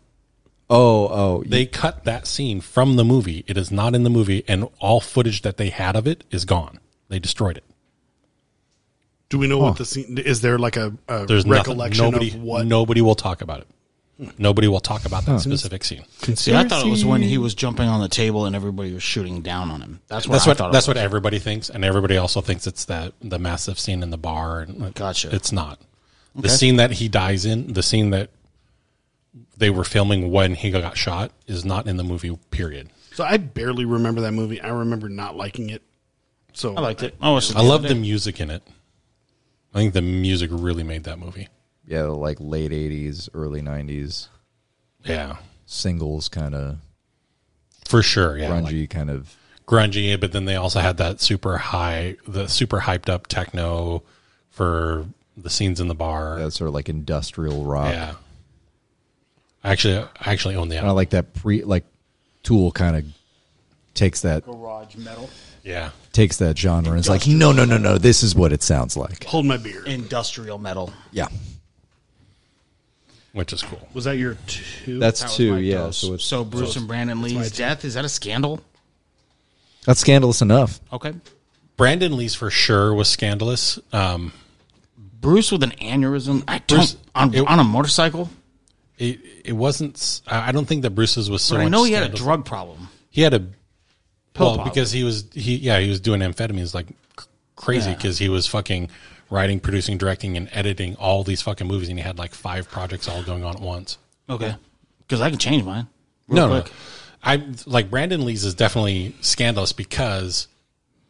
Speaker 3: Oh, oh,
Speaker 1: They cut that scene from the movie. It is not in the movie, and all footage that they had of it is gone. They destroyed it.
Speaker 2: Do we know what the scene is? There like a, a
Speaker 1: There's
Speaker 2: recollection
Speaker 1: nothing. Nobody,
Speaker 2: of what? Hmm.
Speaker 1: nobody will talk about it. Nobody will talk about that specific scene.
Speaker 5: See, I thought it was when he was jumping on the table and everybody was shooting down on him. That's what
Speaker 1: That's
Speaker 5: I
Speaker 1: what
Speaker 5: thought. it
Speaker 1: that's
Speaker 5: was.
Speaker 1: what everybody thinks, and everybody also thinks it's that the massive scene in the bar. And like,
Speaker 5: Gotcha.
Speaker 1: It's not the scene that he dies in. The scene that they were filming when he got shot is not in the movie. Period.
Speaker 2: So I barely remember that movie. I remember not liking it. So
Speaker 5: I liked it. I, watched it
Speaker 1: I
Speaker 5: the
Speaker 1: love
Speaker 5: other
Speaker 1: the
Speaker 5: day.
Speaker 1: music in it. I think the music really made that movie.
Speaker 3: yeah, like late 80s, early 90s.
Speaker 1: Yeah,
Speaker 3: singles kind of
Speaker 1: for sure. Yeah, like
Speaker 3: grungy kind of
Speaker 1: grungy, but then they also had that super high, the super hyped up techno for the scenes in the bar.
Speaker 3: that sort of like industrial rock.
Speaker 1: Yeah. I actually, I actually own the
Speaker 3: Kind of
Speaker 1: album.
Speaker 3: like that pre like Tool kind of takes that
Speaker 6: Garage metal.
Speaker 1: Yeah.
Speaker 3: takes that genre and it's like no no no no this is what it sounds like.
Speaker 2: hold my beer.
Speaker 5: industrial metal.
Speaker 3: Yeah.
Speaker 1: Which is cool.
Speaker 2: Was that your two?
Speaker 3: That's
Speaker 5: That was
Speaker 3: two,
Speaker 5: my
Speaker 3: yeah.
Speaker 5: dose.
Speaker 3: So
Speaker 5: So,
Speaker 3: it's
Speaker 5: Bruce and Brandon Lee's death is that a scandal?
Speaker 3: that's scandalous enough.
Speaker 5: Okay.
Speaker 1: Brandon Lee's for sure was scandalous. Um,
Speaker 5: Bruce with an aneurysm. I don't
Speaker 1: Bruce-
Speaker 5: on, on a motorcycle.
Speaker 1: it, it wasn't, s- I I don't think that Bruce's was so
Speaker 5: But I
Speaker 1: much
Speaker 5: know he had a
Speaker 1: scandalous.
Speaker 5: drug problem.
Speaker 1: He had a, well,
Speaker 5: problem.
Speaker 1: because he was, he, yeah, he was doing amphetamines like c- crazy because he was fucking writing, producing, directing, and editing all these fucking movies. And he had like five projects all going on at once.
Speaker 5: Okay. Because I can change mine.
Speaker 1: no,
Speaker 5: real
Speaker 1: no.
Speaker 5: quick.
Speaker 1: I like Brandon Lee's is definitely scandalous because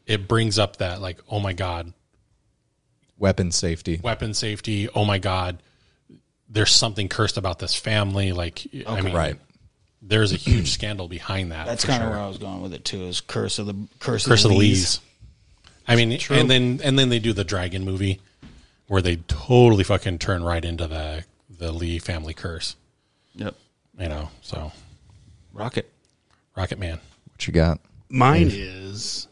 Speaker 1: it brings up that like, oh my god,
Speaker 3: Weapon safety.
Speaker 1: weapon safety. Oh my god, there's something cursed about this family. Like, I mean,
Speaker 3: Right.
Speaker 1: There's a huge scandal behind that.
Speaker 5: That's
Speaker 1: for
Speaker 5: kind of
Speaker 1: sure.
Speaker 5: where I was going with it too. Is curse of the curse,
Speaker 1: Curse
Speaker 5: of the Lees.
Speaker 1: I mean, and then and then they do the dragon movie where they totally fucking turn right into the the Lee family curse.
Speaker 5: Yep.
Speaker 1: You know, so
Speaker 5: Rocket.
Speaker 1: Rocket Man,
Speaker 3: What you got?
Speaker 2: Mine is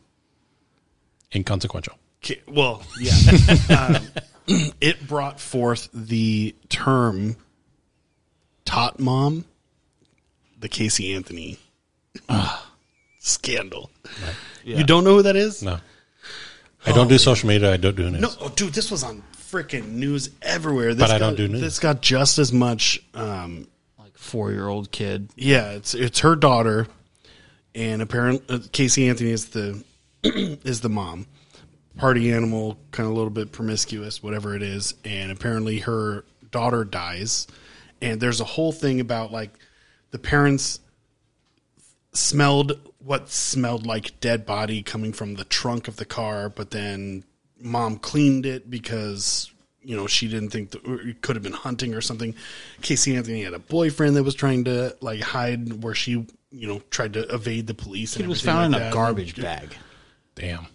Speaker 1: inconsequential.
Speaker 2: Ki- Well, yeah. um, it brought forth the term tot mom, the Casey Anthony scandal. You don't know who that is?
Speaker 1: No. I
Speaker 5: Oh,
Speaker 1: don't do social media. I don't do news.
Speaker 2: No, oh, dude, this was on freaking news everywhere. This
Speaker 1: But I
Speaker 2: got-
Speaker 1: don't do news.
Speaker 2: This got just as much. Um,
Speaker 5: Like four year old kid.
Speaker 2: yeah, it's it's her daughter, and apparently uh, Casey Anthony is the is the mom, party animal, kind of a little bit promiscuous, whatever it is, and apparently her daughter dies, and there's a whole thing about like the parents smelled what smelled like dead body coming from the trunk of the car, but then mom cleaned it because you know she didn't think that, or it could have been hunting or something. Casey Anthony had a boyfriend that was trying to like hide where she you know tried to evade the police.
Speaker 5: Kid
Speaker 2: and
Speaker 5: was
Speaker 2: everything
Speaker 5: found
Speaker 2: like
Speaker 5: in a
Speaker 2: that.
Speaker 5: garbage bag.
Speaker 1: Damn.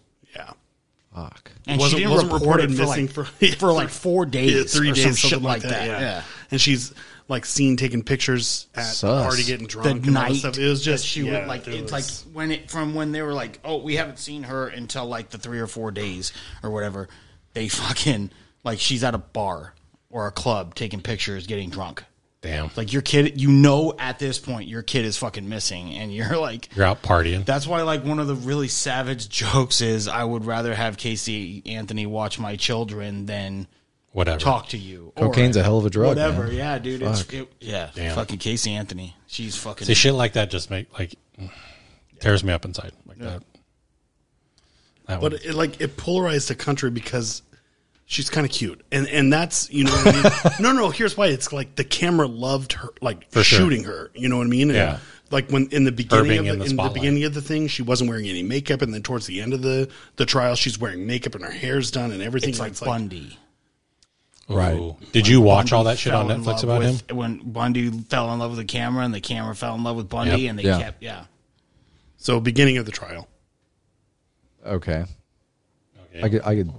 Speaker 3: Fuck.
Speaker 5: And
Speaker 2: wasn't,
Speaker 5: she didn't
Speaker 2: wasn't
Speaker 5: report
Speaker 2: reported
Speaker 5: it for like,
Speaker 2: missing for,
Speaker 5: for like four days,
Speaker 2: yeah, three
Speaker 5: or
Speaker 2: days,
Speaker 5: some
Speaker 2: something
Speaker 5: shit like that. Yeah.
Speaker 2: and she's like seen taking pictures at
Speaker 3: Sus.
Speaker 2: party, getting
Speaker 5: The
Speaker 2: drunk, and all
Speaker 5: night
Speaker 2: this stuff. It was
Speaker 5: that
Speaker 2: just
Speaker 5: she
Speaker 2: yeah,
Speaker 5: would like
Speaker 2: it
Speaker 5: it's
Speaker 2: was-
Speaker 5: like when it from when they were like, oh, we haven't seen her until like the three or four days or whatever. They fucking like she's at a bar or a club taking pictures, getting drunk.
Speaker 1: Damn.
Speaker 5: Like your kid, you know, at this point your kid is fucking missing, and you're like,
Speaker 1: You're out partying.
Speaker 5: That's why, like, one of the really savage jokes is I would rather have Casey Anthony watch my children than
Speaker 1: whatever.
Speaker 5: talk to you. or
Speaker 3: Cocaine's a hell of a drug.
Speaker 5: Whatever.
Speaker 3: man.
Speaker 5: Yeah, dude. It's, it, yeah.
Speaker 1: Damn.
Speaker 5: Fucking Casey Anthony. She's fucking.
Speaker 1: See, shit like that just make like tears me up inside. Like that. That
Speaker 2: but
Speaker 1: one.
Speaker 2: it like it polarized the country because she's kind of cute, and and that's you know what I mean? no no here's why it's like the camera loved her like
Speaker 1: For sure.
Speaker 2: shooting her you know what I mean And,
Speaker 1: Yeah.
Speaker 2: like when in the beginning
Speaker 1: being
Speaker 2: of the,
Speaker 1: in
Speaker 2: in
Speaker 1: the
Speaker 2: the,
Speaker 1: spotlight.
Speaker 2: beginning of the thing she wasn't wearing any makeup and then towards the end of the the trial she's wearing makeup and her hair's done and everything
Speaker 5: it's like
Speaker 2: It's
Speaker 5: Bundy.
Speaker 1: Ooh. Did you watch all
Speaker 5: Bundy
Speaker 1: that shit on
Speaker 5: fell in
Speaker 1: Netflix
Speaker 5: love
Speaker 1: about him?
Speaker 5: with, When Bundy fell in love with the camera and the camera fell in love with Bundy
Speaker 1: Yep.
Speaker 5: and they
Speaker 3: Yeah.
Speaker 5: kept, yeah.
Speaker 2: so beginning of the trial
Speaker 3: Okay.
Speaker 1: Okay.
Speaker 3: I could. I could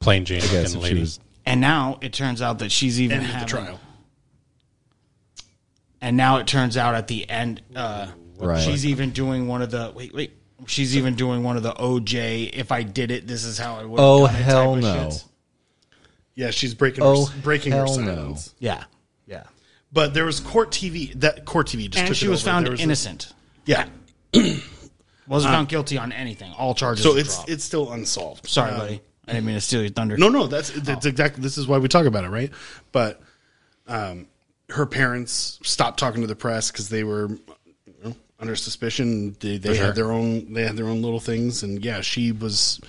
Speaker 1: Plain Jane
Speaker 3: guess
Speaker 1: fucking
Speaker 3: if she
Speaker 1: lady.
Speaker 3: was.
Speaker 5: And now it turns out that she's even
Speaker 2: end of the
Speaker 5: having-
Speaker 2: trial
Speaker 5: And now it turns out at the end, uh,
Speaker 3: Right.
Speaker 5: she's even doing one of the wait, wait. She's even doing one of the OJ. If I did it, this is how I would.
Speaker 3: Oh hell no.
Speaker 2: yeah she's breaking
Speaker 3: Oh,
Speaker 2: her, breaking her
Speaker 3: hell no.
Speaker 2: silence
Speaker 5: Yeah, yeah.
Speaker 2: but there was court TV that court TV just
Speaker 5: And
Speaker 2: took
Speaker 5: she
Speaker 2: it
Speaker 5: was
Speaker 2: over.
Speaker 5: found
Speaker 2: There was a-
Speaker 5: innocent.
Speaker 2: yeah
Speaker 5: Wasn't found guilty on anything. All charges.
Speaker 2: so
Speaker 5: were
Speaker 2: it's
Speaker 5: dropped.
Speaker 2: it's still unsolved
Speaker 5: sorry,
Speaker 2: Uh,
Speaker 5: buddy. I didn't mean to steal your thunder.
Speaker 2: No, no, that's that's
Speaker 1: Oh.
Speaker 2: exactly. This is why we talk about it, right? But um, her parents stopped talking to the press because they were you know, under suspicion. They, they
Speaker 1: sure.
Speaker 2: had their own. They had their own little things, and yeah, she was.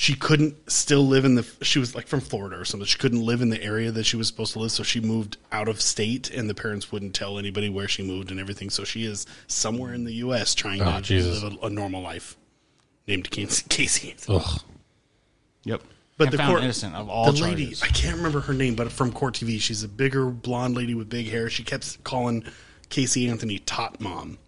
Speaker 2: She couldn't still live in the. She was like from Florida or something. She couldn't live in the area that she was supposed to live, so she moved out of state, and the parents wouldn't tell anybody where she moved and everything. So she is somewhere in the U.S. trying
Speaker 1: Oh,
Speaker 2: to
Speaker 1: Jesus. Oh,
Speaker 2: live a, a normal life, named Casey. Casey.
Speaker 1: Ugh.
Speaker 5: Yep.
Speaker 2: But
Speaker 5: And
Speaker 2: the
Speaker 5: found
Speaker 2: court-
Speaker 5: innocent of all
Speaker 2: the lady
Speaker 5: charges.
Speaker 2: i can't remember her name but from court tv she's a bigger blonde lady with big hair she kept calling casey anthony tot mom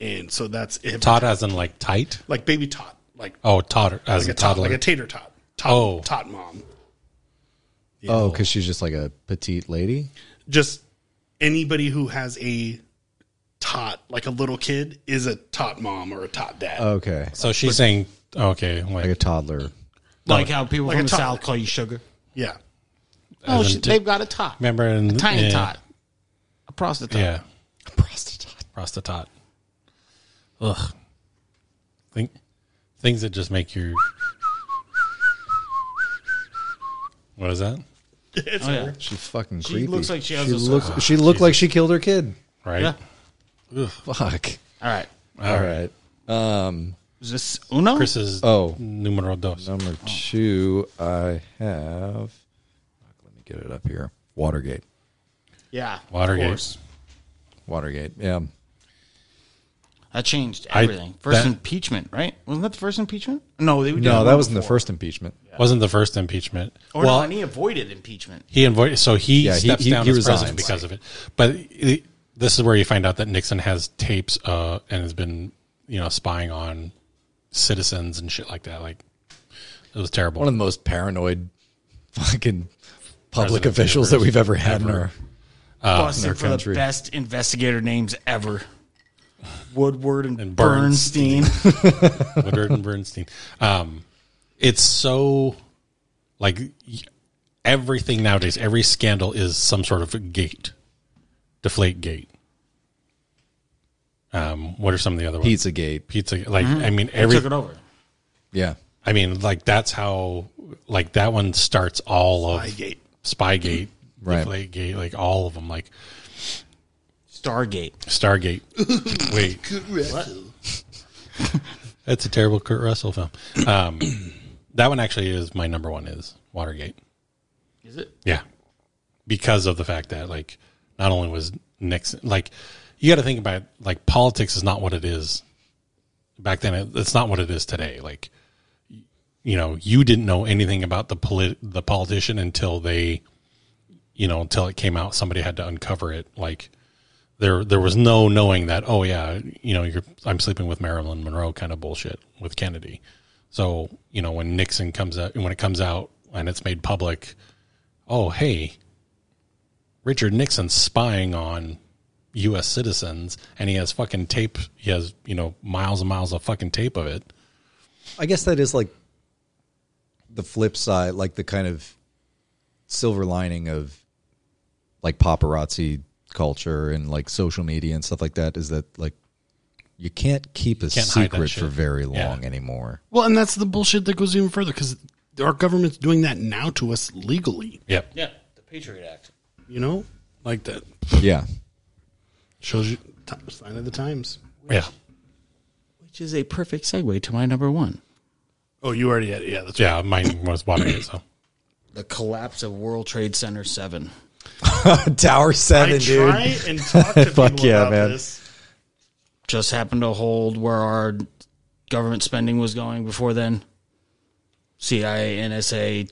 Speaker 2: and so that's it
Speaker 1: Todd as in like tight.
Speaker 2: like baby tot like
Speaker 1: Oh, Todd as
Speaker 2: like
Speaker 1: a
Speaker 2: a tot,
Speaker 1: toddler.
Speaker 2: like a tater tot tot,
Speaker 1: Oh.
Speaker 2: tot mom
Speaker 3: Oh, because she's just like a petite lady.
Speaker 2: just anybody who has a tot like a little kid is a tot mom or a tot dad
Speaker 3: Okay.
Speaker 1: so she's saying, okay,
Speaker 3: Like a
Speaker 1: wait,
Speaker 3: toddler.
Speaker 5: like how people
Speaker 2: Like
Speaker 5: from
Speaker 2: a
Speaker 5: the
Speaker 2: tot.
Speaker 5: south call you sugar.
Speaker 2: yeah
Speaker 5: Oh,
Speaker 1: in
Speaker 5: she,
Speaker 1: t-
Speaker 5: they've got a tot.
Speaker 1: remember in
Speaker 5: a tiny
Speaker 1: yeah,
Speaker 5: tot, a prostitute.
Speaker 1: Yeah,
Speaker 3: Prostitute.
Speaker 1: prostitute. Ugh. Think things that just make you. What is that?
Speaker 5: Oh, yeah.
Speaker 3: She's fucking
Speaker 5: She
Speaker 3: creepy.
Speaker 5: looks like she has a-
Speaker 3: looks. she looked like she killed her kid.
Speaker 1: Right.
Speaker 5: Yeah.
Speaker 3: Fuck.
Speaker 5: All right.
Speaker 3: All right. Um.
Speaker 5: Is this Uno?
Speaker 1: Chris is
Speaker 3: Oh.
Speaker 1: numero dos.
Speaker 3: Number two, I have. fuck, Let me get it up here. Watergate.
Speaker 5: yeah. of
Speaker 1: Watergate.
Speaker 5: course.
Speaker 3: Watergate. Yeah.
Speaker 5: That changed
Speaker 1: I-
Speaker 5: everything. first
Speaker 1: that-
Speaker 5: impeachment, right? Wasn't that the first impeachment? No, they
Speaker 3: No, that wasn't the first impeachment.
Speaker 1: Wasn't the first impeachment.
Speaker 5: Or
Speaker 1: well,
Speaker 5: no, and he avoided impeachment.
Speaker 1: He invo- so he
Speaker 3: Yeah, he-
Speaker 1: steps
Speaker 3: he-
Speaker 1: down
Speaker 3: he
Speaker 1: as president
Speaker 3: resigns.
Speaker 1: because of it. But i this is where you find out that Nixon has tapes uh, and has been, you know, spying on citizens and shit like that. Like it was terrible.
Speaker 3: One of the most paranoid, fucking public
Speaker 1: Presidents
Speaker 3: officials that
Speaker 1: ever-
Speaker 3: we've ever had in our.
Speaker 5: Busted
Speaker 3: our
Speaker 5: for
Speaker 3: country.
Speaker 5: the best investigator names ever. Woodward and,
Speaker 1: And
Speaker 5: Bernstein.
Speaker 1: Bernstein. Woodward and Bernstein. Um, it's so like y- everything nowadays. Every scandal is some sort of a gate, deflate gate. Um, what are some of the other ones?
Speaker 3: Pizzagate.
Speaker 1: Pizza, like I mean, every
Speaker 5: Took it over.
Speaker 3: Yeah.
Speaker 1: I mean, like that's how like that one starts all of
Speaker 2: Spygate.
Speaker 1: Spygate,
Speaker 3: Right.
Speaker 1: Deflategate, like all of them, like
Speaker 5: Stargate.
Speaker 1: Stargate. Wait, that's a terrible Kurt Russell film. Um, that one actually is my number one is Watergate.
Speaker 5: Is it?
Speaker 1: Yeah, because of the fact that like not only was Nixon like you got to think about it, like politics is not what it is back then. It, it's not what it is today. Like y- you know, you didn't know anything about the polit- the politician until they, you know, until it came out. Somebody had to uncover it. Like there there was no knowing that. Oh yeah, you know, you're I'm sleeping with Marilyn Monroe kind of bullshit with Kennedy. So you know when Nixon comes out, when it comes out and it's made public, oh hey, Richard Nixon's spying on U.S. citizens, and he has fucking tape. He has you know miles and miles of fucking tape of it.
Speaker 3: I guess that is like the flip side, like the kind of silver lining of like paparazzi culture and like social media and stuff like that is that like you can't keep a
Speaker 1: can't hide that
Speaker 3: secret for
Speaker 1: shit.
Speaker 3: very
Speaker 1: Yeah.
Speaker 3: long anymore.
Speaker 2: Well, and that's the bullshit that goes even further because our government's doing that now to us legally.
Speaker 1: Yep.
Speaker 5: Yeah, the Patriot Act.
Speaker 2: You know, like that
Speaker 3: Yeah.
Speaker 2: shows you t- sign of the times.
Speaker 1: Yeah.
Speaker 5: Which is a perfect segue to my number one.
Speaker 2: Oh, you already had yeah. That's
Speaker 1: Yeah. Mine was Watergate. So
Speaker 5: The collapse of World Trade Center 7.
Speaker 3: Tower
Speaker 2: right. I
Speaker 3: seven, dude.
Speaker 2: try and talk to people
Speaker 3: Fuck yeah,
Speaker 2: about
Speaker 3: man.
Speaker 2: this.
Speaker 5: Just happened to hold where our government spending was going before then. CIA, NSA,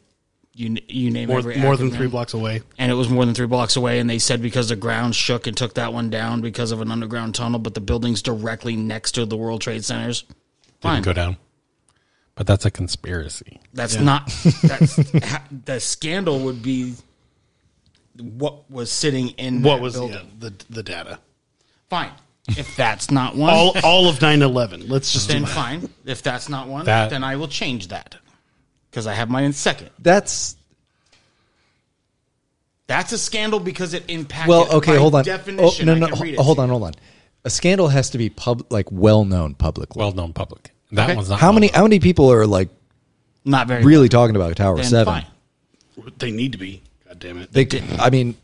Speaker 5: you, you name
Speaker 2: More,
Speaker 5: every
Speaker 2: more than
Speaker 5: acronym.
Speaker 2: three blocks away.
Speaker 5: and it was more than three blocks away. And they said because the ground shook and took that one down because of an underground tunnel, but the building's directly next to the World Trade Centers. Fine,
Speaker 1: didn't go down. But that's a conspiracy.
Speaker 5: that's not that's ha- the scandal would be what was sitting in
Speaker 2: What
Speaker 5: that
Speaker 2: was
Speaker 5: building.
Speaker 2: yeah, the the data?
Speaker 5: Fine, if that's not one,
Speaker 2: All all of 9-11. Let's just do
Speaker 5: then
Speaker 2: that.
Speaker 5: fine. If that's not one,
Speaker 1: That-
Speaker 5: then I will change that because I have mine in second.
Speaker 3: That's
Speaker 5: That's a scandal because it impacted.
Speaker 3: well, okay,
Speaker 5: by
Speaker 3: hold on.
Speaker 5: Definition.
Speaker 3: Oh,
Speaker 5: I
Speaker 3: no, no,
Speaker 5: can read it
Speaker 3: ho- hold
Speaker 5: to
Speaker 3: on,
Speaker 5: you.
Speaker 3: hold on. A scandal has to be pub like well known publicly.
Speaker 1: Well known public. That one's not
Speaker 3: how
Speaker 1: well
Speaker 3: many
Speaker 1: known.
Speaker 3: how many people are like
Speaker 5: Not very
Speaker 3: really talking about Tower
Speaker 5: Then
Speaker 3: Seven?
Speaker 5: fine.
Speaker 2: They need to be. God damn it.
Speaker 3: They, I mean,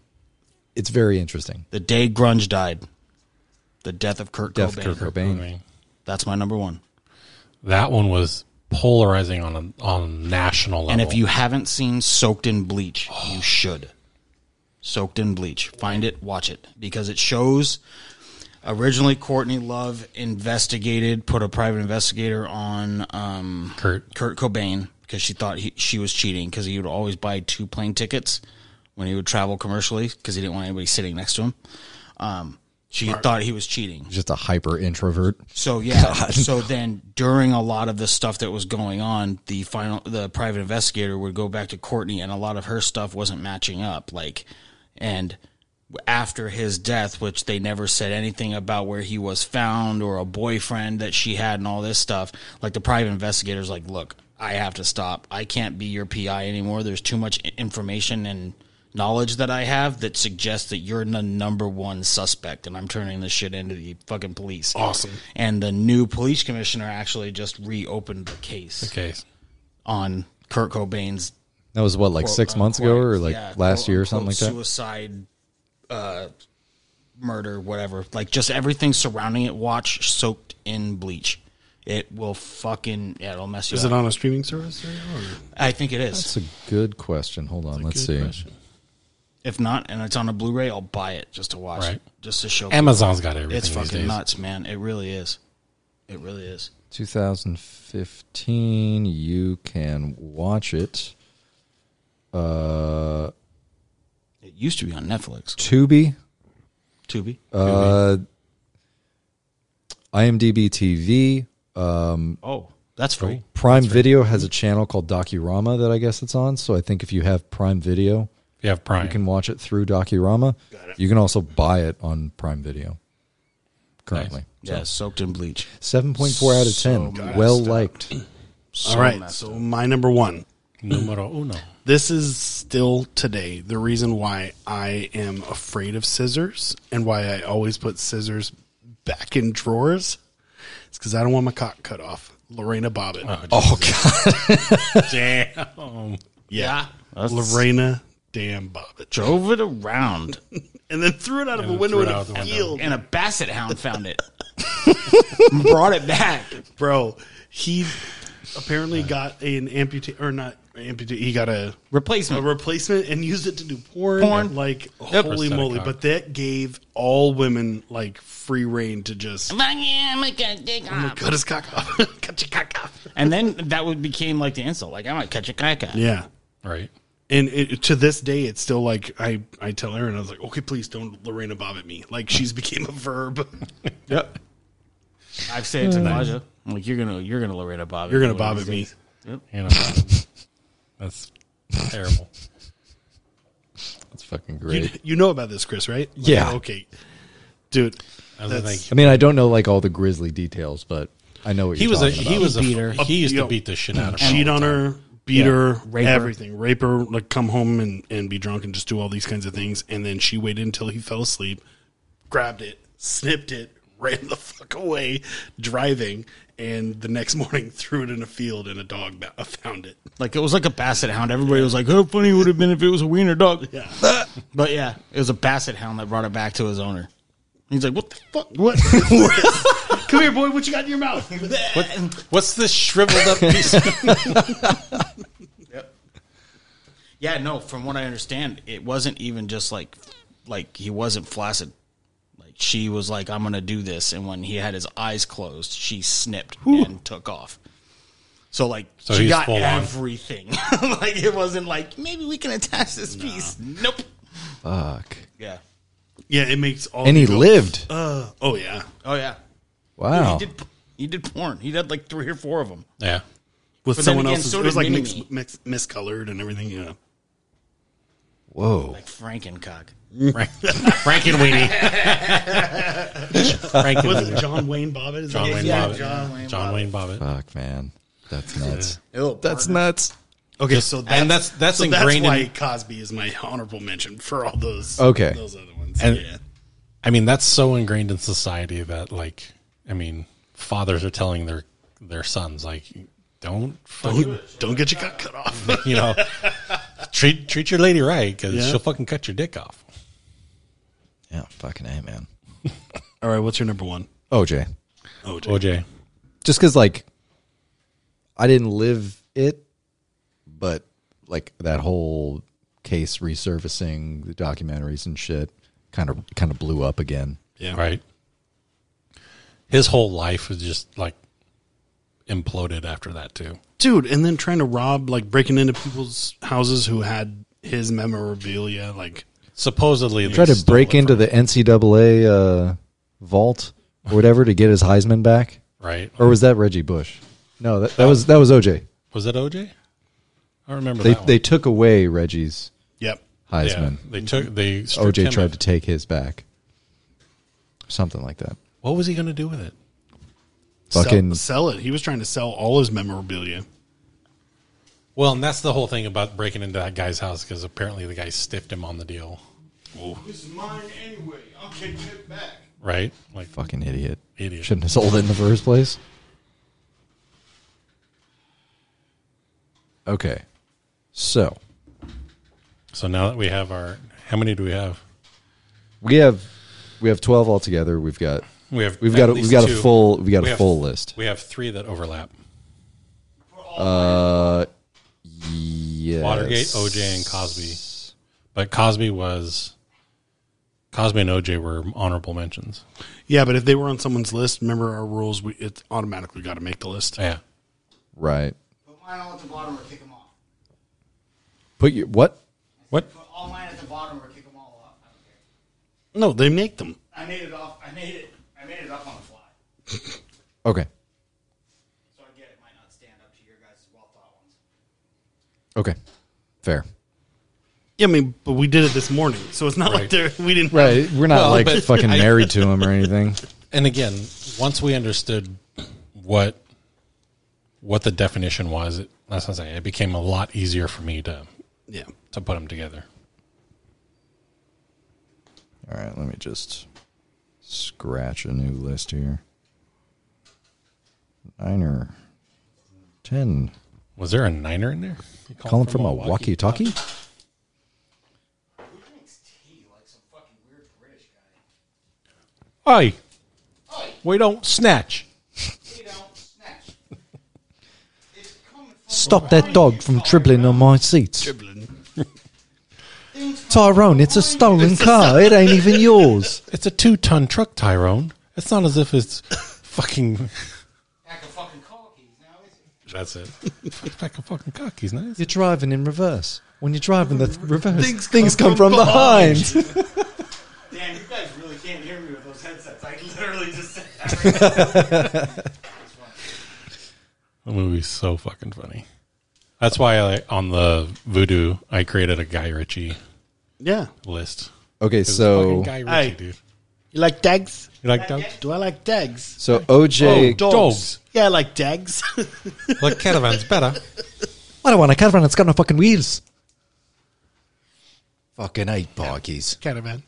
Speaker 3: it's very interesting.
Speaker 5: The day grunge died. The death of Kurt
Speaker 3: Death of
Speaker 5: Cobain.
Speaker 3: Kurt Cobain.
Speaker 1: I mean,
Speaker 5: That's my number one.
Speaker 1: that one was polarizing on a on a national level. Oh.
Speaker 5: And if you haven't seen Soaked in Bleach, you should. Soaked in Bleach. Find it, watch it. Because it shows originally Courtney Love investigated, put a private investigator on um,
Speaker 1: Kurt,
Speaker 5: Kurt Cobain because she thought he, she was cheating because he would always buy two plane tickets when he would travel commercially because he didn't want anybody sitting next to him. Um, she thought he was cheating.
Speaker 3: Just a hyper introvert.
Speaker 5: So yeah. So then during a lot of the stuff that was going on, the final the private investigator would go back to Courtney and a lot of her stuff wasn't matching up like and after his death, which they never said anything about where he was found or a boyfriend that she had and all this stuff, like the private investigator's like, "Look, I have to stop. I can't be your PI anymore. There's too much i- information and knowledge that I have that suggests that you're the number one suspect and I'm turning this shit into the fucking police."
Speaker 2: Awesome.
Speaker 5: and the new police commissioner actually just reopened the case
Speaker 1: okay,
Speaker 5: on Kurt Cobain's
Speaker 3: That was what, like six months ago, or like
Speaker 5: uh, yeah,
Speaker 3: last year, or
Speaker 5: quote-unquote
Speaker 3: something like that.
Speaker 5: Suicide, uh, murder, whatever. Like just everything surrounding it. Watch soaked in bleach. It will fucking yeah, it'll mess you
Speaker 2: Is
Speaker 5: up.
Speaker 2: it on a streaming service? right now, or-
Speaker 5: I think it is.
Speaker 3: That's a good question. Hold on, let's see.
Speaker 5: if not, and it's on a Blu-ray, I'll buy it just to watch
Speaker 1: Right.
Speaker 5: it, just to show. people.
Speaker 1: Amazon's got everything
Speaker 5: It's
Speaker 1: these
Speaker 5: fucking
Speaker 1: days.
Speaker 5: nuts, man. It really is. It really is.
Speaker 3: 2015. You can watch it. Uh,
Speaker 5: It used to be on Netflix.
Speaker 3: Tubi,
Speaker 5: Tubi.
Speaker 3: uh, IMDb TV,
Speaker 5: oh, that's free.
Speaker 3: Prime Video has a channel called Docurama that I guess it's on. So I think if you have Prime Video,
Speaker 1: You have Prime.
Speaker 3: you can watch it through Docurama. You can also buy it on Prime Video. Currently,
Speaker 5: Yeah, soaked in bleach.
Speaker 3: seven point four out of ten. well liked.
Speaker 5: So
Speaker 2: All right.
Speaker 5: messed
Speaker 2: So my number 1.
Speaker 1: Numero uno.
Speaker 2: This is still today the reason why I am afraid of scissors and why I always put scissors back in drawers. It's because I don't want my cock cut off. Lorena Bobbitt.
Speaker 3: Oh god,
Speaker 1: Damn.
Speaker 2: yeah.
Speaker 5: That's-
Speaker 2: Lorena damn Bobbitt.
Speaker 5: drove it around,
Speaker 2: And then threw it out of a
Speaker 1: then
Speaker 2: window
Speaker 1: threw it
Speaker 2: in a
Speaker 1: out the window.
Speaker 2: field.
Speaker 5: and a basset hound found it, brought it back.
Speaker 2: Bro, he apparently got an amputate or not amputate. He got a a
Speaker 5: Replacement.
Speaker 2: replacement and used it to do porn.
Speaker 5: Porn.
Speaker 2: Like
Speaker 5: Yep.
Speaker 2: holy
Speaker 1: Prosthetic
Speaker 2: moly!
Speaker 1: cock.
Speaker 2: But that gave all women like free reign to just
Speaker 5: Fuck yeah, I'm gonna dig up.
Speaker 2: cut his cock off, cut your cock off.
Speaker 5: And then that would became like the insult. Like I might cut your cock off.
Speaker 2: Yeah,
Speaker 1: Right.
Speaker 2: and it, to this day, it's still like I I tell Erin, I was like, okay, please don't Lorena Bob at me. Like she's became a verb.
Speaker 1: Yep.
Speaker 5: I've said it to Naja. I'm like, you're gonna, you're gonna Loretta Bob.
Speaker 2: You're gonna
Speaker 5: one of
Speaker 2: bob
Speaker 5: these
Speaker 2: at me.
Speaker 5: days. Yep.
Speaker 1: You know, that's terrible.
Speaker 3: That's fucking
Speaker 2: You,
Speaker 3: great.
Speaker 2: you know about this, Chris, right? Like,
Speaker 3: Yeah.
Speaker 2: Okay, dude.
Speaker 1: I was
Speaker 2: That's-
Speaker 1: like,
Speaker 3: I mean, I don't know like all the grisly details, but I know what
Speaker 1: he
Speaker 3: you're
Speaker 1: was a
Speaker 3: talking
Speaker 1: he
Speaker 3: about.
Speaker 1: was a
Speaker 5: Beat her.
Speaker 1: he used
Speaker 2: You
Speaker 1: to
Speaker 2: know,
Speaker 1: beat the shit out of her.
Speaker 2: cheat
Speaker 1: all
Speaker 2: on
Speaker 1: the time.
Speaker 2: her, beat
Speaker 5: Yeah.
Speaker 2: her,
Speaker 5: Rape her.
Speaker 2: everything, rape her, like come home and, and be drunk and just do all these kinds of things. And then she waited until he fell asleep, grabbed it, snipped it, ran the fuck away, driving. And the next morning, threw it in a field, and a dog ba- uh, found it.
Speaker 5: Like it was like a basset hound. Everybody was like, "How funny it would have been if it was a wiener dog."
Speaker 2: Yeah.
Speaker 5: But yeah, it was a basset hound that brought it back to his owner. He's like, "What the fuck?
Speaker 2: What? Come here, boy. What you got in your mouth?
Speaker 1: What, what's this shriveled up piece? of
Speaker 5: Yeah, no. From what I understand, it wasn't even just like, like he wasn't flaccid. Like she was like, "I'm gonna do this," and when he had his eyes closed, she snipped and took off. So like
Speaker 1: So
Speaker 5: she
Speaker 1: he's
Speaker 5: got
Speaker 1: full on.
Speaker 5: everything. like it wasn't like maybe we can attach this piece. Nope.
Speaker 3: Fuck.
Speaker 5: Yeah.
Speaker 2: Yeah, it makes all.
Speaker 3: And he
Speaker 2: the-
Speaker 3: lived.
Speaker 2: Oh, Uh, oh yeah.
Speaker 5: Oh yeah.
Speaker 3: Wow.
Speaker 5: He did. He did porn. He did like three or four of them.
Speaker 1: yeah,
Speaker 2: With
Speaker 5: But then
Speaker 2: someone
Speaker 5: again,
Speaker 2: else's,
Speaker 5: so
Speaker 2: it
Speaker 5: did
Speaker 2: was like
Speaker 5: Mini
Speaker 2: mix,
Speaker 5: Me.
Speaker 2: mix, miscolored and everything. Yeah.
Speaker 3: Whoa.
Speaker 5: Like Frankencock.
Speaker 1: Frank, Frank and Weenie, Frank and
Speaker 2: Was
Speaker 1: Weenie.
Speaker 2: it John Wayne Bobbitt? Is that
Speaker 1: John
Speaker 2: his
Speaker 1: Wayne
Speaker 2: name?
Speaker 1: Bobbitt.
Speaker 5: John Wayne
Speaker 1: John Wayne Bobbitt.
Speaker 3: Fuck, man. That's nuts.
Speaker 5: Oh,
Speaker 3: That's nuts.
Speaker 2: Okay, so that's,
Speaker 1: and that's- that's
Speaker 2: so
Speaker 1: ingrained in-
Speaker 2: That's why Cosby is my honorable mention for all those.
Speaker 3: Okay.
Speaker 2: those other ones.
Speaker 1: And-
Speaker 2: yeah.
Speaker 1: I mean, that's so ingrained in society that, like, I mean, fathers are telling their their sons, like, don't, fucking,
Speaker 2: Don't, don't get your cock cut off.
Speaker 1: you know, treat treat your lady right because
Speaker 2: Yeah.
Speaker 1: she'll fucking cut your dick off.
Speaker 3: Yeah, fucking A, man.
Speaker 2: all right, what's your number one?
Speaker 3: OJ.
Speaker 2: Oh, dude.
Speaker 1: OJ,
Speaker 3: Just because, like, I didn't live it, but, like, that whole case resurfacing, the documentaries and shit kind of kind of blew up again.
Speaker 2: yeah,
Speaker 1: right? His whole life was just like imploded after that too.
Speaker 2: dude. And then trying to rob, like breaking into people's houses who had his memorabilia. Like,
Speaker 1: Supposedly, they
Speaker 3: Tried to
Speaker 1: stole
Speaker 3: break
Speaker 1: it
Speaker 3: into
Speaker 1: from-
Speaker 3: the NCAA uh, vault or whatever to get his Heisman back.
Speaker 1: right.
Speaker 3: Or was that Reggie Bush? No, that, that was that was OJ.
Speaker 1: Was that OJ? I remember
Speaker 3: They
Speaker 1: that one.
Speaker 3: they took away Reggie's
Speaker 2: yep.
Speaker 3: Heisman.
Speaker 1: Yeah, they took they stripped
Speaker 3: OJ
Speaker 1: him
Speaker 3: tried
Speaker 1: of-
Speaker 3: to take his back. Something like that.
Speaker 1: What was he going to do with it?
Speaker 3: Fucking-
Speaker 2: sell, sell it. He was trying to sell all his memorabilia.
Speaker 1: Well, and that's the whole thing about breaking into that guy's house because apparently the guy stiffed him on the deal,
Speaker 6: This is mine anyway. I'm getting it back.
Speaker 1: right? Like
Speaker 3: Fucking idiot.
Speaker 1: Idiot.
Speaker 3: Shouldn't have sold it in the first place. Okay. So
Speaker 1: so. Now that we have our, how many do we have?
Speaker 3: we have we have twelve altogether. We've got
Speaker 1: We have.
Speaker 3: we've
Speaker 1: at
Speaker 3: got a,
Speaker 1: least
Speaker 3: we've got a
Speaker 1: two.
Speaker 3: full we've got
Speaker 1: We
Speaker 3: a
Speaker 1: have-
Speaker 3: full list.
Speaker 1: We have three that overlap:
Speaker 3: Yes.
Speaker 1: Watergate, oh, OJ, and Cosby. But Cosby was. Cosby and OJ were honorable mentions.
Speaker 2: Yeah, but if they were on someone's list, remember our rules. We it's automatically got to make the list.
Speaker 1: Yeah,
Speaker 3: Right.
Speaker 6: Put mine all at the bottom or kick them off.
Speaker 3: Put your what?
Speaker 1: What?
Speaker 6: Put all mine at the bottom or kick them all off. I
Speaker 2: No, they make them.
Speaker 6: don't care. I made it off. I made it. I made it up on the fly.
Speaker 3: Okay.
Speaker 6: So I get it might not stand up to your guys' well thought ones.
Speaker 3: Okay. Fair.
Speaker 2: Yeah, I mean, but we did it this morning, so it's not
Speaker 1: Right.
Speaker 2: like they're, we didn't.
Speaker 3: Right. We're not
Speaker 1: Well,
Speaker 3: like
Speaker 1: but
Speaker 3: fucking
Speaker 1: I-
Speaker 3: married to him or anything.
Speaker 1: and again, once we understood what what the definition was, it, that's what I'm saying. It became a lot easier for me to
Speaker 2: Yeah,
Speaker 1: to put them together.
Speaker 3: All right, let me just scratch a new list here. Nine or ten.
Speaker 1: Was there a niner in there? You
Speaker 3: Calling from a walkie talkie?
Speaker 6: Who drinks tea like some fucking weird British guy?
Speaker 1: Hey,
Speaker 6: Oi,
Speaker 1: we don't snatch.
Speaker 6: we don't snatch. It's coming from
Speaker 3: Stop
Speaker 6: behind
Speaker 3: that dog
Speaker 6: you,
Speaker 3: from
Speaker 6: Tyrone.
Speaker 3: dribbling on my seats.
Speaker 2: dribbling.
Speaker 6: Things come
Speaker 3: Tyrone,
Speaker 6: from
Speaker 3: it's a
Speaker 6: behind you.
Speaker 3: stolen car. It ain't even yours.
Speaker 1: It's a two ton truck, Tyrone. It's not as if it's fucking.
Speaker 6: Pack of fucking car keys now, is it?
Speaker 1: That's it. Pack of fucking cockies, nice.
Speaker 3: You're driving in reverse. When you're driving the th- reverse, things, come, from, behind.
Speaker 6: Damn, you guys really can't can't hear me with those headsets. I literally just said that. Right now. It's funny.
Speaker 1: The movie's so fucking funny. That's why I, on the Voodoo, I created a Guy Ritchie
Speaker 2: Yeah.
Speaker 1: list.
Speaker 3: Okay,
Speaker 1: 'Cause
Speaker 3: so
Speaker 1: fucking Guy Ritchie,
Speaker 2: Hey.
Speaker 1: dude.
Speaker 2: You like Oh, dags?
Speaker 1: You like dogs?
Speaker 2: Do I like dags?
Speaker 3: so
Speaker 1: Oh,
Speaker 3: OJ.
Speaker 1: dogs.
Speaker 2: Yeah, I like dags.
Speaker 1: like caravans better.
Speaker 3: I don't want a caravan. It's got no fucking wheels. Fucking eight barkies.
Speaker 2: Caravan.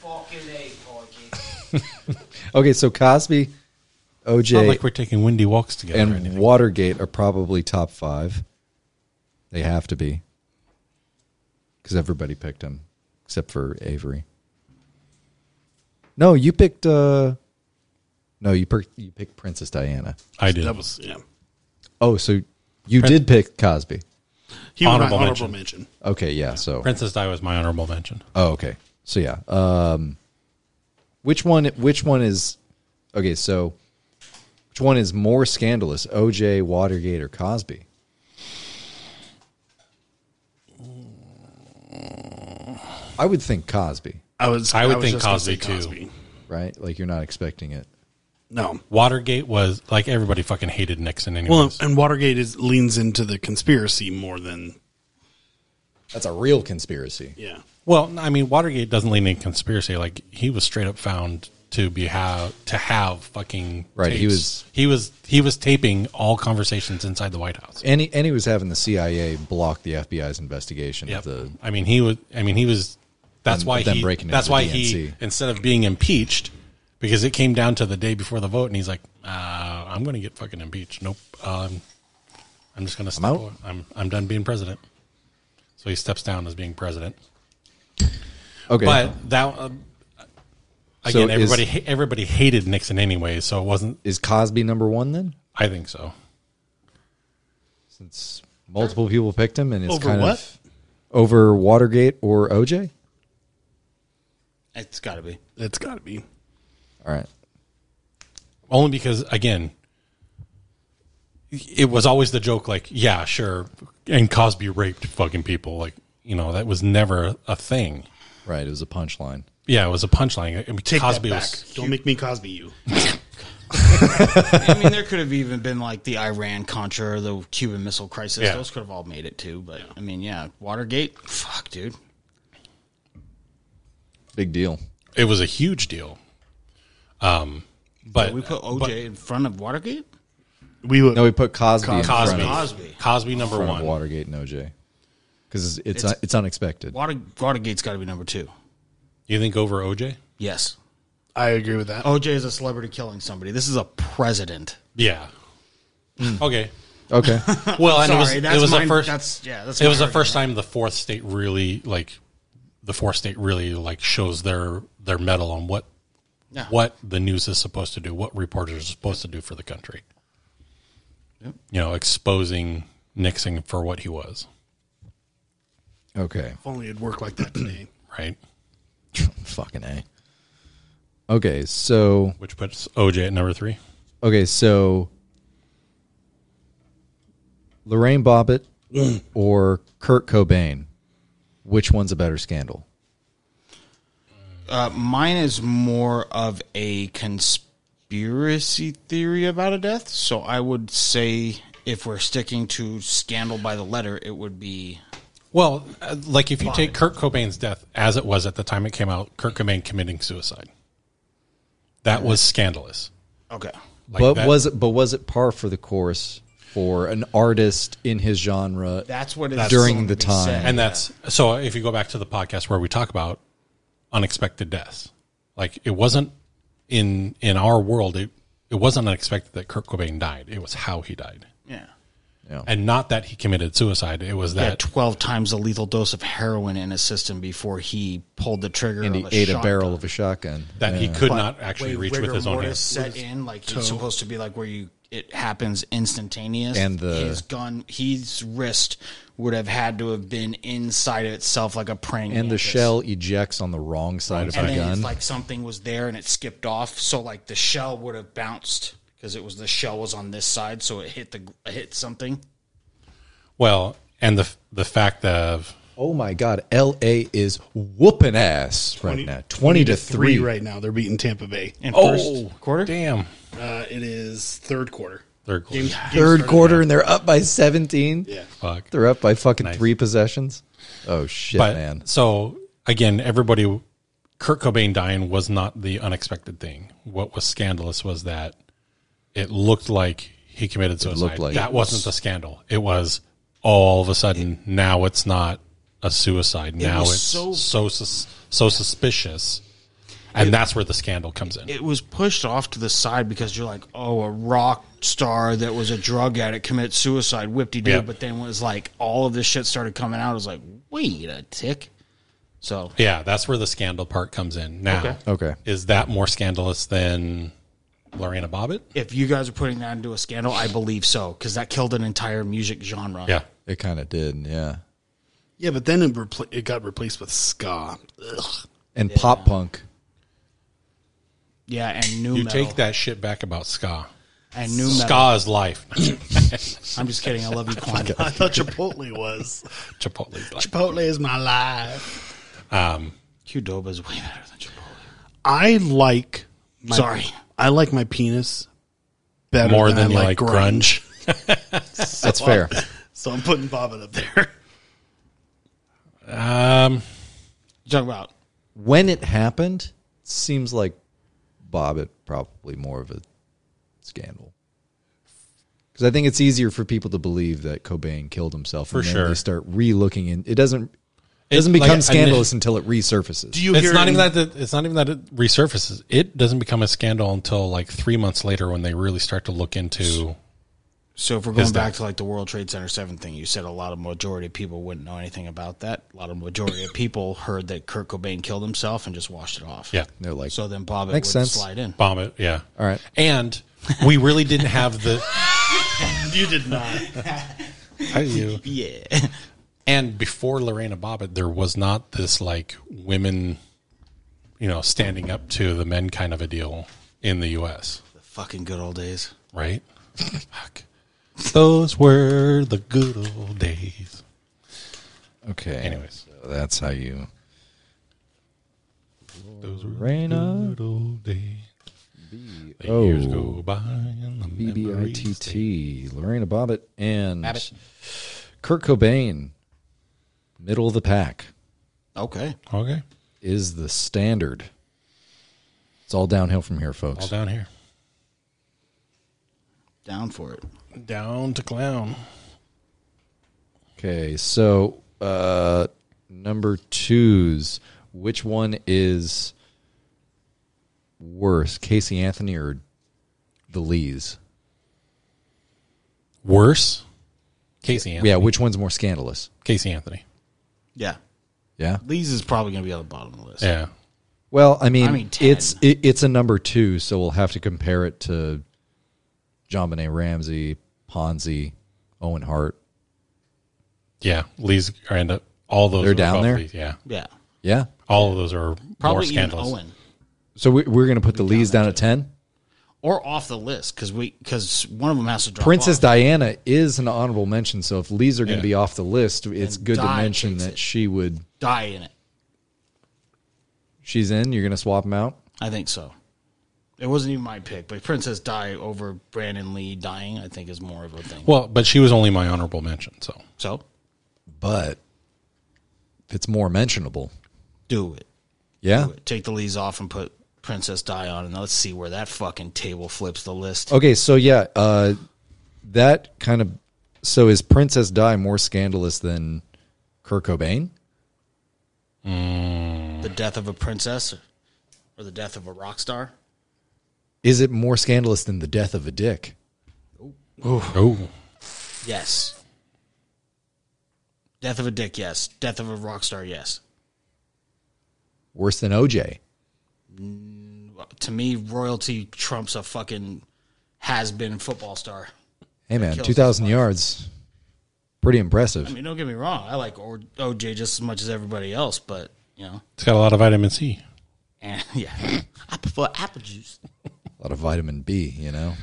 Speaker 6: Fucking A, Porky.
Speaker 3: Okay, so Cosby,
Speaker 1: Not
Speaker 3: OJ,
Speaker 1: like we're taking windy walks together. or
Speaker 3: and
Speaker 1: anything.
Speaker 3: Watergate are probably top five. They have to be because everybody picked him except for Avery. No, you picked. uh No, you picked. You picked Princess Diana.
Speaker 1: I did.
Speaker 2: That was yeah.
Speaker 3: Oh, so you did pick Cosby.
Speaker 2: He was my
Speaker 1: Honorable
Speaker 2: honorable
Speaker 1: mention.
Speaker 2: mention.
Speaker 3: Okay, yeah. So
Speaker 1: Princess Di was my honorable mention.
Speaker 3: Oh, okay. So yeah. Um which one which one is okay, so which one is more scandalous, OJ, Watergate, or Cosby? I would think Cosby,
Speaker 2: I was.
Speaker 1: I would
Speaker 2: was
Speaker 1: think
Speaker 2: just gonna
Speaker 1: Cosby,
Speaker 2: say
Speaker 1: too.
Speaker 3: right? Like you're not expecting it.
Speaker 2: No.
Speaker 1: Watergate was like everybody fucking hated Nixon anyways.
Speaker 2: Well, and Watergate is leans into the conspiracy more than
Speaker 3: That's a real conspiracy.
Speaker 2: yeah.
Speaker 1: Well, I mean, Watergate doesn't lean in conspiracy. Like he was straight up found to be have to have fucking
Speaker 3: Right, he
Speaker 1: tapes.
Speaker 3: was-
Speaker 1: he was he was taping all conversations inside the White House.
Speaker 3: And he, and he was having the CIA block the FBI's investigation
Speaker 1: Yep.
Speaker 3: of the
Speaker 1: I mean, he was. I mean, he was. That's
Speaker 3: Them-
Speaker 1: why
Speaker 3: them
Speaker 1: he.
Speaker 3: breaking into
Speaker 1: that's
Speaker 3: the
Speaker 1: why he
Speaker 3: DNC.
Speaker 1: instead of being impeached, because it came down to the day before the vote, and he's like, uh, "I'm going to get fucking impeached. Nope. Um, I'm just going to step.
Speaker 3: out.
Speaker 1: away. I'm I'm done being president." So he steps down as being president.
Speaker 3: Okay.
Speaker 1: But that uh,
Speaker 3: So
Speaker 1: again,
Speaker 3: is-
Speaker 1: everybody ha- everybody hated Nixon anyway, so it wasn't.
Speaker 3: is Cosby number 1 then?
Speaker 1: I think so.
Speaker 3: Since multiple people picked him and it's
Speaker 2: Over
Speaker 3: kind
Speaker 2: what?
Speaker 3: of over Watergate or OJ?
Speaker 5: It's got to be.
Speaker 2: It's got to be.
Speaker 3: All right.
Speaker 1: Only because again, it was always the joke, like, yeah, sure, and Cosby raped fucking people, like, you know, that was never a thing.
Speaker 3: Right. It was a punchline.
Speaker 1: Yeah, it was a punchline. I mean,
Speaker 2: Take
Speaker 1: Cosby
Speaker 2: that back.
Speaker 1: was
Speaker 2: Don't make me Cosby you.
Speaker 5: I mean, there could have even been like the Iran Contra, the Cuban Missile Crisis.
Speaker 1: Yeah.
Speaker 5: Those could have all made it too. But I mean, yeah, Watergate. Fuck, dude.
Speaker 3: Big deal.
Speaker 1: it was a huge deal. Um, but
Speaker 5: we put OJ in front of Watergate.
Speaker 2: We would.
Speaker 3: No, we put Cosby, in front,
Speaker 1: Cosby,
Speaker 3: of,
Speaker 1: Cosby,
Speaker 5: Cosby.
Speaker 1: number
Speaker 3: front of
Speaker 1: one.
Speaker 3: Watergate and OJ because it's it's, it's unexpected.
Speaker 5: Water, Watergate's got to be number two.
Speaker 1: You think over OJ?
Speaker 5: Yes,
Speaker 2: I agree with that.
Speaker 5: OJ is a celebrity killing somebody. This is a president.
Speaker 1: Yeah. Okay.
Speaker 3: Okay,
Speaker 1: Well, and
Speaker 5: Sorry,
Speaker 1: it was
Speaker 5: that's
Speaker 1: it was
Speaker 5: my-
Speaker 1: the first.
Speaker 5: That's yeah. That's
Speaker 1: it
Speaker 5: my
Speaker 1: was the
Speaker 5: argument.
Speaker 1: first time the fourth state really like the fourth state really like shows their their metal on what
Speaker 5: Yeah.
Speaker 1: what the news is supposed to do, what reporters are supposed to do for the country. You know, exposing Nixon for what he was,
Speaker 3: okay,
Speaker 2: If only it'd work like that today.
Speaker 1: right?
Speaker 3: fucking a. Okay, so
Speaker 1: Which puts OJ at number three.
Speaker 3: okay, so Lorraine Bobbitt or Kurt Cobain, which one's a better scandal?
Speaker 5: Uh, mine is more of a conspiracy theory about a death. So I would say if we're sticking to scandal by the letter, it would be
Speaker 1: Well, uh, like if you take Kurt Cobain's death as it was at the time it came out, Kurt Cobain committing suicide. That was scandalous.
Speaker 5: okay.
Speaker 1: Like
Speaker 3: but
Speaker 1: that-
Speaker 3: was it but was it par for the course for an artist in his genre?
Speaker 5: That's what it's
Speaker 1: That's-
Speaker 3: During
Speaker 5: going
Speaker 3: the
Speaker 5: to be
Speaker 3: time.
Speaker 5: said.
Speaker 1: And that's so if you go back to the podcast where we talk about unexpected deaths, like it wasn't in in our world it it wasn't unexpected that Kurt Cobain died. It was how he died.
Speaker 5: yeah.
Speaker 1: And not that he committed suicide. It was
Speaker 5: He had
Speaker 1: that
Speaker 5: 12 times the lethal dose of heroin in his system before he pulled the trigger
Speaker 3: and he
Speaker 5: of a
Speaker 3: ate a
Speaker 5: shotgun.
Speaker 3: barrel of a shotgun.
Speaker 1: that he could not actually
Speaker 5: Way
Speaker 1: reach
Speaker 5: rigor
Speaker 1: with his own
Speaker 5: mortis
Speaker 1: hands.
Speaker 5: set in like it's supposed to be like where you it happens instantaneous
Speaker 3: And the-
Speaker 5: his gun his wrist would have had to have been inside of itself like a praying
Speaker 3: and the
Speaker 5: mantis.
Speaker 3: shell ejects on the wrong side of
Speaker 1: side.
Speaker 5: and
Speaker 3: the
Speaker 5: then
Speaker 3: gun.
Speaker 5: it's like something was there and it skipped off so like the shell would have bounced because it was the shell was on this side so it hit the hit something
Speaker 1: Well, and the the fact of
Speaker 3: Oh my God, L.A. is whooping ass right now, twenty to three.
Speaker 2: right now. They're beating Tampa Bay.
Speaker 5: in
Speaker 1: Oh,
Speaker 5: first quarter.
Speaker 1: Damn.
Speaker 2: Uh, it is third quarter.
Speaker 1: Third quarter.
Speaker 2: Game- game
Speaker 3: Third
Speaker 2: started-
Speaker 3: quarter, and they're up by seventeen.
Speaker 2: Yeah.
Speaker 1: Fuck.
Speaker 3: They're up by fucking
Speaker 1: Nice.
Speaker 3: three possessions. Oh shit,
Speaker 1: but
Speaker 3: man!
Speaker 1: so again, everybody, Kurt Cobain dying was not the unexpected thing. What was scandalous was that it looked like he committed suicide.
Speaker 3: looked like
Speaker 1: that
Speaker 3: it
Speaker 1: wasn't the scandal. It was all of a sudden now it's not a suicide. Now
Speaker 5: was
Speaker 1: it's so
Speaker 5: so-
Speaker 1: so, sus- so suspicious, and that's where the scandal comes in.
Speaker 5: it was pushed off to the side because you're like, oh, a rock star that was a drug addict commits suicide, whipped de doo.
Speaker 1: Yeah.
Speaker 5: But then was like, all of this shit started coming out. I was like, wait a tick. So
Speaker 1: yeah, that's where the scandal part comes in. Now,
Speaker 3: Okay.
Speaker 1: is that more scandalous than Lorena Bobbitt?
Speaker 5: if you guys are putting that into a scandal, I believe so because that killed an entire music genre.
Speaker 1: Yeah,
Speaker 3: It kind of did, yeah.
Speaker 2: Yeah, but then it, repl- it got replaced with ska. Ugh.
Speaker 3: And pop punk.
Speaker 5: yeah, and new
Speaker 1: you
Speaker 5: metal.
Speaker 1: take that shit back about ska.
Speaker 5: and new metal.
Speaker 1: Ska is life.
Speaker 5: I'm just kidding. I love you, Quan.
Speaker 2: I thought Chipotle was.
Speaker 1: Chipotle is life.
Speaker 2: Chipotle is my life.
Speaker 1: Um,
Speaker 5: Qdoba is way better than Chipotle.
Speaker 2: I like. My,
Speaker 5: Sorry.
Speaker 2: I like my penis better
Speaker 1: More
Speaker 2: than,
Speaker 1: than
Speaker 2: I
Speaker 1: you like grunge.
Speaker 3: That's fair.
Speaker 2: So I'm putting Bobbin up there.
Speaker 1: Um,
Speaker 5: You talking about
Speaker 3: When it happened, seems like Bobbitt probably more of a scandal. Because I think it's easier for people to believe that Cobain killed himself,
Speaker 1: For
Speaker 3: and then
Speaker 1: sure.
Speaker 3: they start re-looking in. It doesn't. It
Speaker 1: It-
Speaker 3: doesn't
Speaker 1: like,
Speaker 3: become
Speaker 1: I-
Speaker 3: scandalous until it resurfaces.
Speaker 2: Do you
Speaker 1: it's
Speaker 2: hear
Speaker 1: not even
Speaker 2: any-
Speaker 1: that. It, it's not even that it resurfaces. It doesn't become a scandal until like three months later when they really start to look into.
Speaker 5: So if we're going
Speaker 1: Is that-
Speaker 5: back to like the World Trade Center seven thing, you said a lot of majority of people wouldn't know anything about that. A lot of majority of people heard that Kurt Cobain killed himself and just washed it off.
Speaker 1: Yeah,
Speaker 3: They're like,
Speaker 5: So then Bob would
Speaker 3: Makes sense.
Speaker 5: slide in.
Speaker 1: bomb it. Yeah.
Speaker 3: all right,
Speaker 1: And we really didn't have the.
Speaker 2: You did not.
Speaker 1: you.
Speaker 5: Yeah.
Speaker 1: And before Lorena Bobbitt, there was not this like women, you know, standing up to the men kind of a deal in the U.S.
Speaker 5: the fucking good old days.
Speaker 1: right? Fuck. Those were the good old days.
Speaker 3: okay.
Speaker 1: Anyways.
Speaker 3: so that's how you.
Speaker 1: Those were
Speaker 3: Raina
Speaker 1: good old days. The
Speaker 3: Oh.
Speaker 1: years go by and the memories stay.
Speaker 3: BBITT, Lorena Bobbitt, and
Speaker 5: Babbitt.
Speaker 3: Kurt Cobain. Middle of the pack
Speaker 5: Okay.
Speaker 1: Okay,
Speaker 3: is the standard. It's all downhill from here,
Speaker 1: all
Speaker 3: folks.
Speaker 1: down here,
Speaker 5: Down for it.
Speaker 1: down to clown.
Speaker 3: Okay, so uh, number twos. Which one is worse, Casey Anthony or the Lees?
Speaker 1: Worse, Casey Anthony.
Speaker 3: Yeah, which one's more scandalous?
Speaker 1: Casey Anthony.
Speaker 5: Yeah.
Speaker 3: Yeah.
Speaker 5: Lee's is probably gonna be on the bottom of the list.
Speaker 1: Yeah,
Speaker 3: Well, I mean,
Speaker 5: I mean, 10.
Speaker 3: it's it, it's a number two, so we'll have to compare it to John Benet Ramsey, Ponzi, Owen Hart.
Speaker 1: yeah. Lee's are end up. All those
Speaker 3: They're
Speaker 1: are
Speaker 3: down
Speaker 1: above
Speaker 3: there?
Speaker 1: Lee's, Yeah,
Speaker 5: Yeah.
Speaker 3: Yeah.
Speaker 1: all of those are more
Speaker 5: Probably even
Speaker 1: scandalous.
Speaker 5: Owen.
Speaker 3: So we, we're going to put the Lees down at ten.
Speaker 5: Or off the list because we because one of them has to drop.
Speaker 3: Princess
Speaker 5: off.
Speaker 3: Diana is an honorable mention, so if Lees are going to
Speaker 1: Yeah.
Speaker 3: be off the list, it's
Speaker 5: And
Speaker 3: good to
Speaker 5: Di
Speaker 3: mention
Speaker 5: takes
Speaker 3: that
Speaker 5: it.
Speaker 3: she would.
Speaker 5: die in it.
Speaker 3: She's in. You're going to swap them out.
Speaker 5: I think so. It wasn't even my pick, but Princess Die over Brandon Lee dying, I think, is more of a thing.
Speaker 1: Well, but she was only my honorable mention. So
Speaker 5: So
Speaker 3: But if it's more mentionable,
Speaker 5: do it.
Speaker 3: yeah.
Speaker 5: Take the leaves off and put Princess Di on, and let's see where that fucking table flips the list.
Speaker 3: Okay, so yeah, uh, that kind of. So is Princess Di more scandalous than Kurt Cobain?
Speaker 5: The death of a princess, or the death of a rock star.
Speaker 3: Is it more scandalous than the death of a dick?
Speaker 1: oh,
Speaker 5: Yes. Death of a dick. Yes. Death of a rock star. Yes.
Speaker 3: Worse than OJ?
Speaker 5: To me, royalty trumps a fucking has been football star.
Speaker 3: Hey man,
Speaker 5: kills
Speaker 3: two thousand yards, pretty impressive.
Speaker 5: I mean, don't get me wrong. I like or- OJ just as much as everybody else, but you know,
Speaker 1: it's got a lot of vitamin C.
Speaker 5: and yeah, I prefer apple juice.
Speaker 3: a lot of vitamin B, you know.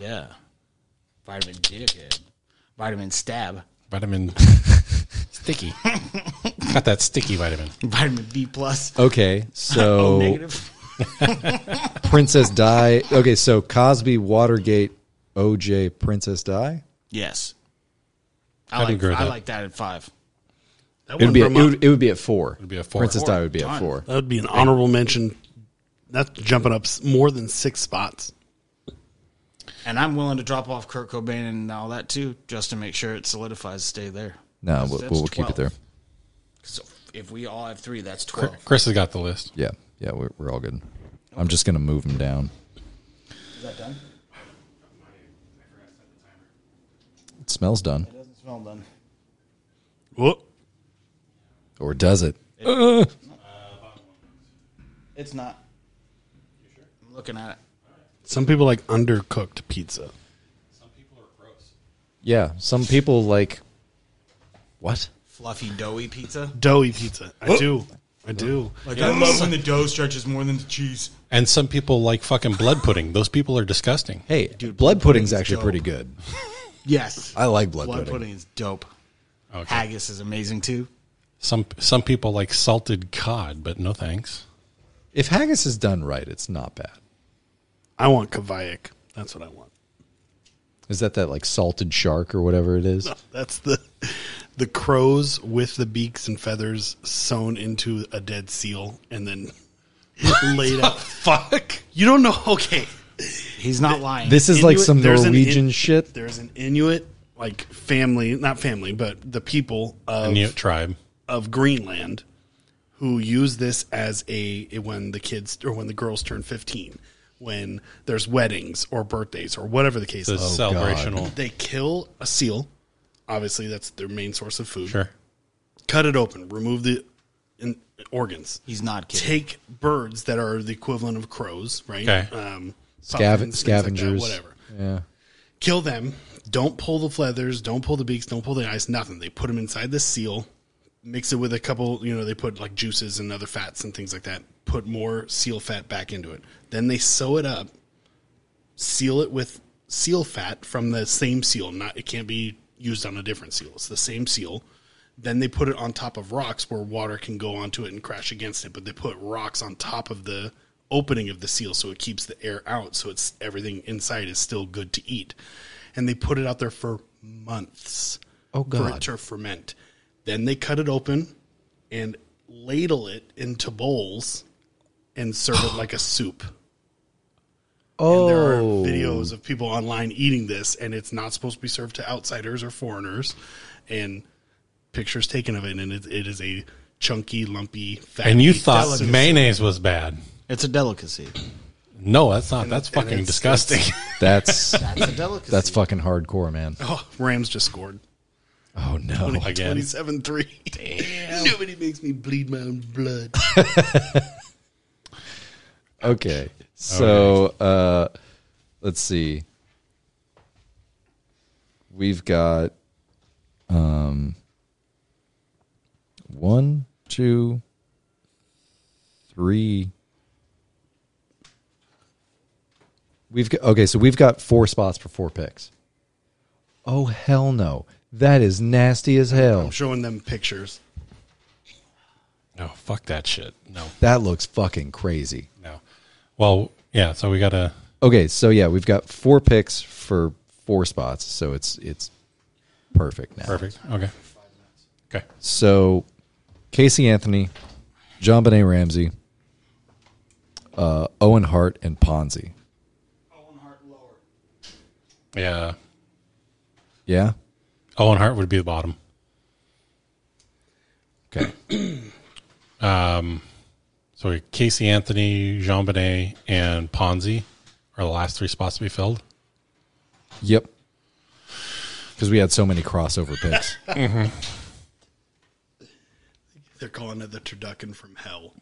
Speaker 5: Yeah. Vitamin dickhead. Vitamin stab.
Speaker 1: Vitamin sticky. Got that sticky vitamin.
Speaker 5: Vitamin B plus.
Speaker 3: Okay,
Speaker 1: Oh.
Speaker 5: O
Speaker 3: so
Speaker 5: Oh, negative.
Speaker 3: Princess Di. Okay, so Cosby, Watergate, OJ, Princess Di.
Speaker 5: Yes.
Speaker 1: I'd
Speaker 5: I like,
Speaker 1: agree with
Speaker 5: I
Speaker 1: that.
Speaker 5: like that at five.
Speaker 2: That
Speaker 3: It would
Speaker 2: wouldn't
Speaker 3: be. It
Speaker 2: bring up-
Speaker 3: would, it would be at four. It would
Speaker 1: be at four.
Speaker 3: Princess Di
Speaker 5: Four.
Speaker 3: would be at
Speaker 5: Done.
Speaker 3: four.
Speaker 2: that would be an honorable mention. That's jumping up s- more than six spots.
Speaker 5: And I'm willing to drop off Kurt Cobain and all that too, just to make sure it solidifies stay there.
Speaker 3: No,
Speaker 5: That's-
Speaker 3: we'll,
Speaker 5: that's
Speaker 3: we'll keep it
Speaker 5: 12.
Speaker 3: there.
Speaker 5: So if we all have three, that's
Speaker 1: Chr-
Speaker 5: 12.
Speaker 1: Chris has got the list.
Speaker 3: Yeah, yeah, we're, we're all good. I'm just gonna move them down.
Speaker 5: Is that done?
Speaker 3: It smells done,
Speaker 5: It doesn't smell done.
Speaker 2: Whoop.
Speaker 3: or does it?
Speaker 5: It's not. I'm looking at it.
Speaker 2: Some people like undercooked pizza.
Speaker 3: Yeah, some people like. What?
Speaker 5: Fluffy, doughy pizza.
Speaker 2: Doughy pizza. I do. I do.
Speaker 5: Like, I love when the dough stretches more than the cheese.
Speaker 1: And some people like fucking blood pudding. Those people are disgusting.
Speaker 3: Hey,
Speaker 5: Dude,
Speaker 3: blood
Speaker 5: blood
Speaker 3: pudding's
Speaker 5: pudding's
Speaker 3: actually
Speaker 5: dope.
Speaker 3: pretty good.
Speaker 5: Yes.
Speaker 3: I like blood,
Speaker 5: Blood
Speaker 3: pudding.
Speaker 5: pudding. is dope.
Speaker 1: Okay.
Speaker 5: Haggis is amazing too.
Speaker 1: Some some people like salted cod, but no thanks.
Speaker 3: If haggis is done right, it's not bad.
Speaker 2: I want Kavaiak. That's what I want.
Speaker 3: Is that that like salted shark or whatever it is?
Speaker 2: That's the the crows with the beaks and feathers sewn into a dead seal and then laid out. Fuck. You don't know. Okay.
Speaker 5: He's not lying.
Speaker 3: This is like
Speaker 2: Inuit-
Speaker 3: some
Speaker 2: there's an
Speaker 3: Norwegian
Speaker 2: In-
Speaker 3: shit.
Speaker 2: There's an Inuit like family, not family, but the people of
Speaker 1: Inuit tribe.
Speaker 2: of Greenland who use this as a when the kids or when the girls turn 15 when there's weddings or birthdays or whatever the case
Speaker 1: The
Speaker 2: is
Speaker 1: celebrational.
Speaker 2: they kill a seal obviously that's their main source of food
Speaker 1: Sure.
Speaker 2: cut it open remove the in, organs
Speaker 5: He's not kidding.
Speaker 2: take birds that are the equivalent of crows right
Speaker 1: Okay.
Speaker 2: um
Speaker 3: Scaven-
Speaker 2: puffins, things like that,
Speaker 3: scavengers.
Speaker 2: whatever
Speaker 3: Yeah.
Speaker 2: kill them. Don't pull the feathers. Don't pull the beaks. Don't pull the eyes. Nothing. They put them inside the seal. Mix it with a couple. You know, they put like juices and other fats and things like that. Put more seal fat back into it. Then they sew it up. Seal it with seal fat from the same seal. Not it can't be used on a different seal. It's the same seal. Then they put it on top of rocks where water can go onto it and crash against it. But they put rocks on top of the opening of the seal so it keeps the air out. So it's everything inside is still good to eat. And they put it out there for months.
Speaker 3: Oh,
Speaker 2: For
Speaker 3: God.
Speaker 2: it to ferment. Then they cut it open and ladle it into bowls and serve it like a soup. And there are
Speaker 3: Oh,
Speaker 2: videos of people online eating this, and it's not supposed to be served to outsiders or foreigners. And pictures taken of it, and it, it is a chunky, lumpy. Fat
Speaker 1: And you
Speaker 2: meat
Speaker 1: thought
Speaker 2: delicacy.
Speaker 1: mayonnaise was bad.
Speaker 5: It's a delicacy.
Speaker 1: No, that's not. That's
Speaker 2: and
Speaker 1: fucking
Speaker 2: it's-
Speaker 1: disgusting.
Speaker 3: that's
Speaker 5: It's a delicacy.
Speaker 3: that's fucking hardcore, man.
Speaker 2: Oh, Rams just scored
Speaker 3: Oh no.
Speaker 1: Again.
Speaker 2: twenty-seven three. Damn, nobody makes me bleed my own blood.
Speaker 3: Okay. So uh let's see. We've got um one, two, three. We've got okay, so we've got four spots for four picks. Oh hell no. That is nasty as hell.
Speaker 2: I'm showing them pictures.
Speaker 1: no, fuck that shit. No,
Speaker 3: That looks fucking crazy.
Speaker 1: no. Well, yeah. So we gotta.
Speaker 3: Okay, so yeah, we've got four picks for four spots, so it's it's perfect now.
Speaker 1: Perfect. Okay. Okay.
Speaker 3: So Casey Anthony, John Benet Ramsey, uh, Owen Hart, and Ponzi.
Speaker 1: Yeah.
Speaker 3: Yeah.
Speaker 1: Owen Hart would be the bottom.
Speaker 3: Okay.
Speaker 1: So we Casey Anthony, Jean Benet, and Ponzi are the last three spots to be filled.
Speaker 3: yep. Because we had so many crossover picks.
Speaker 2: They're calling it the turducken from hell.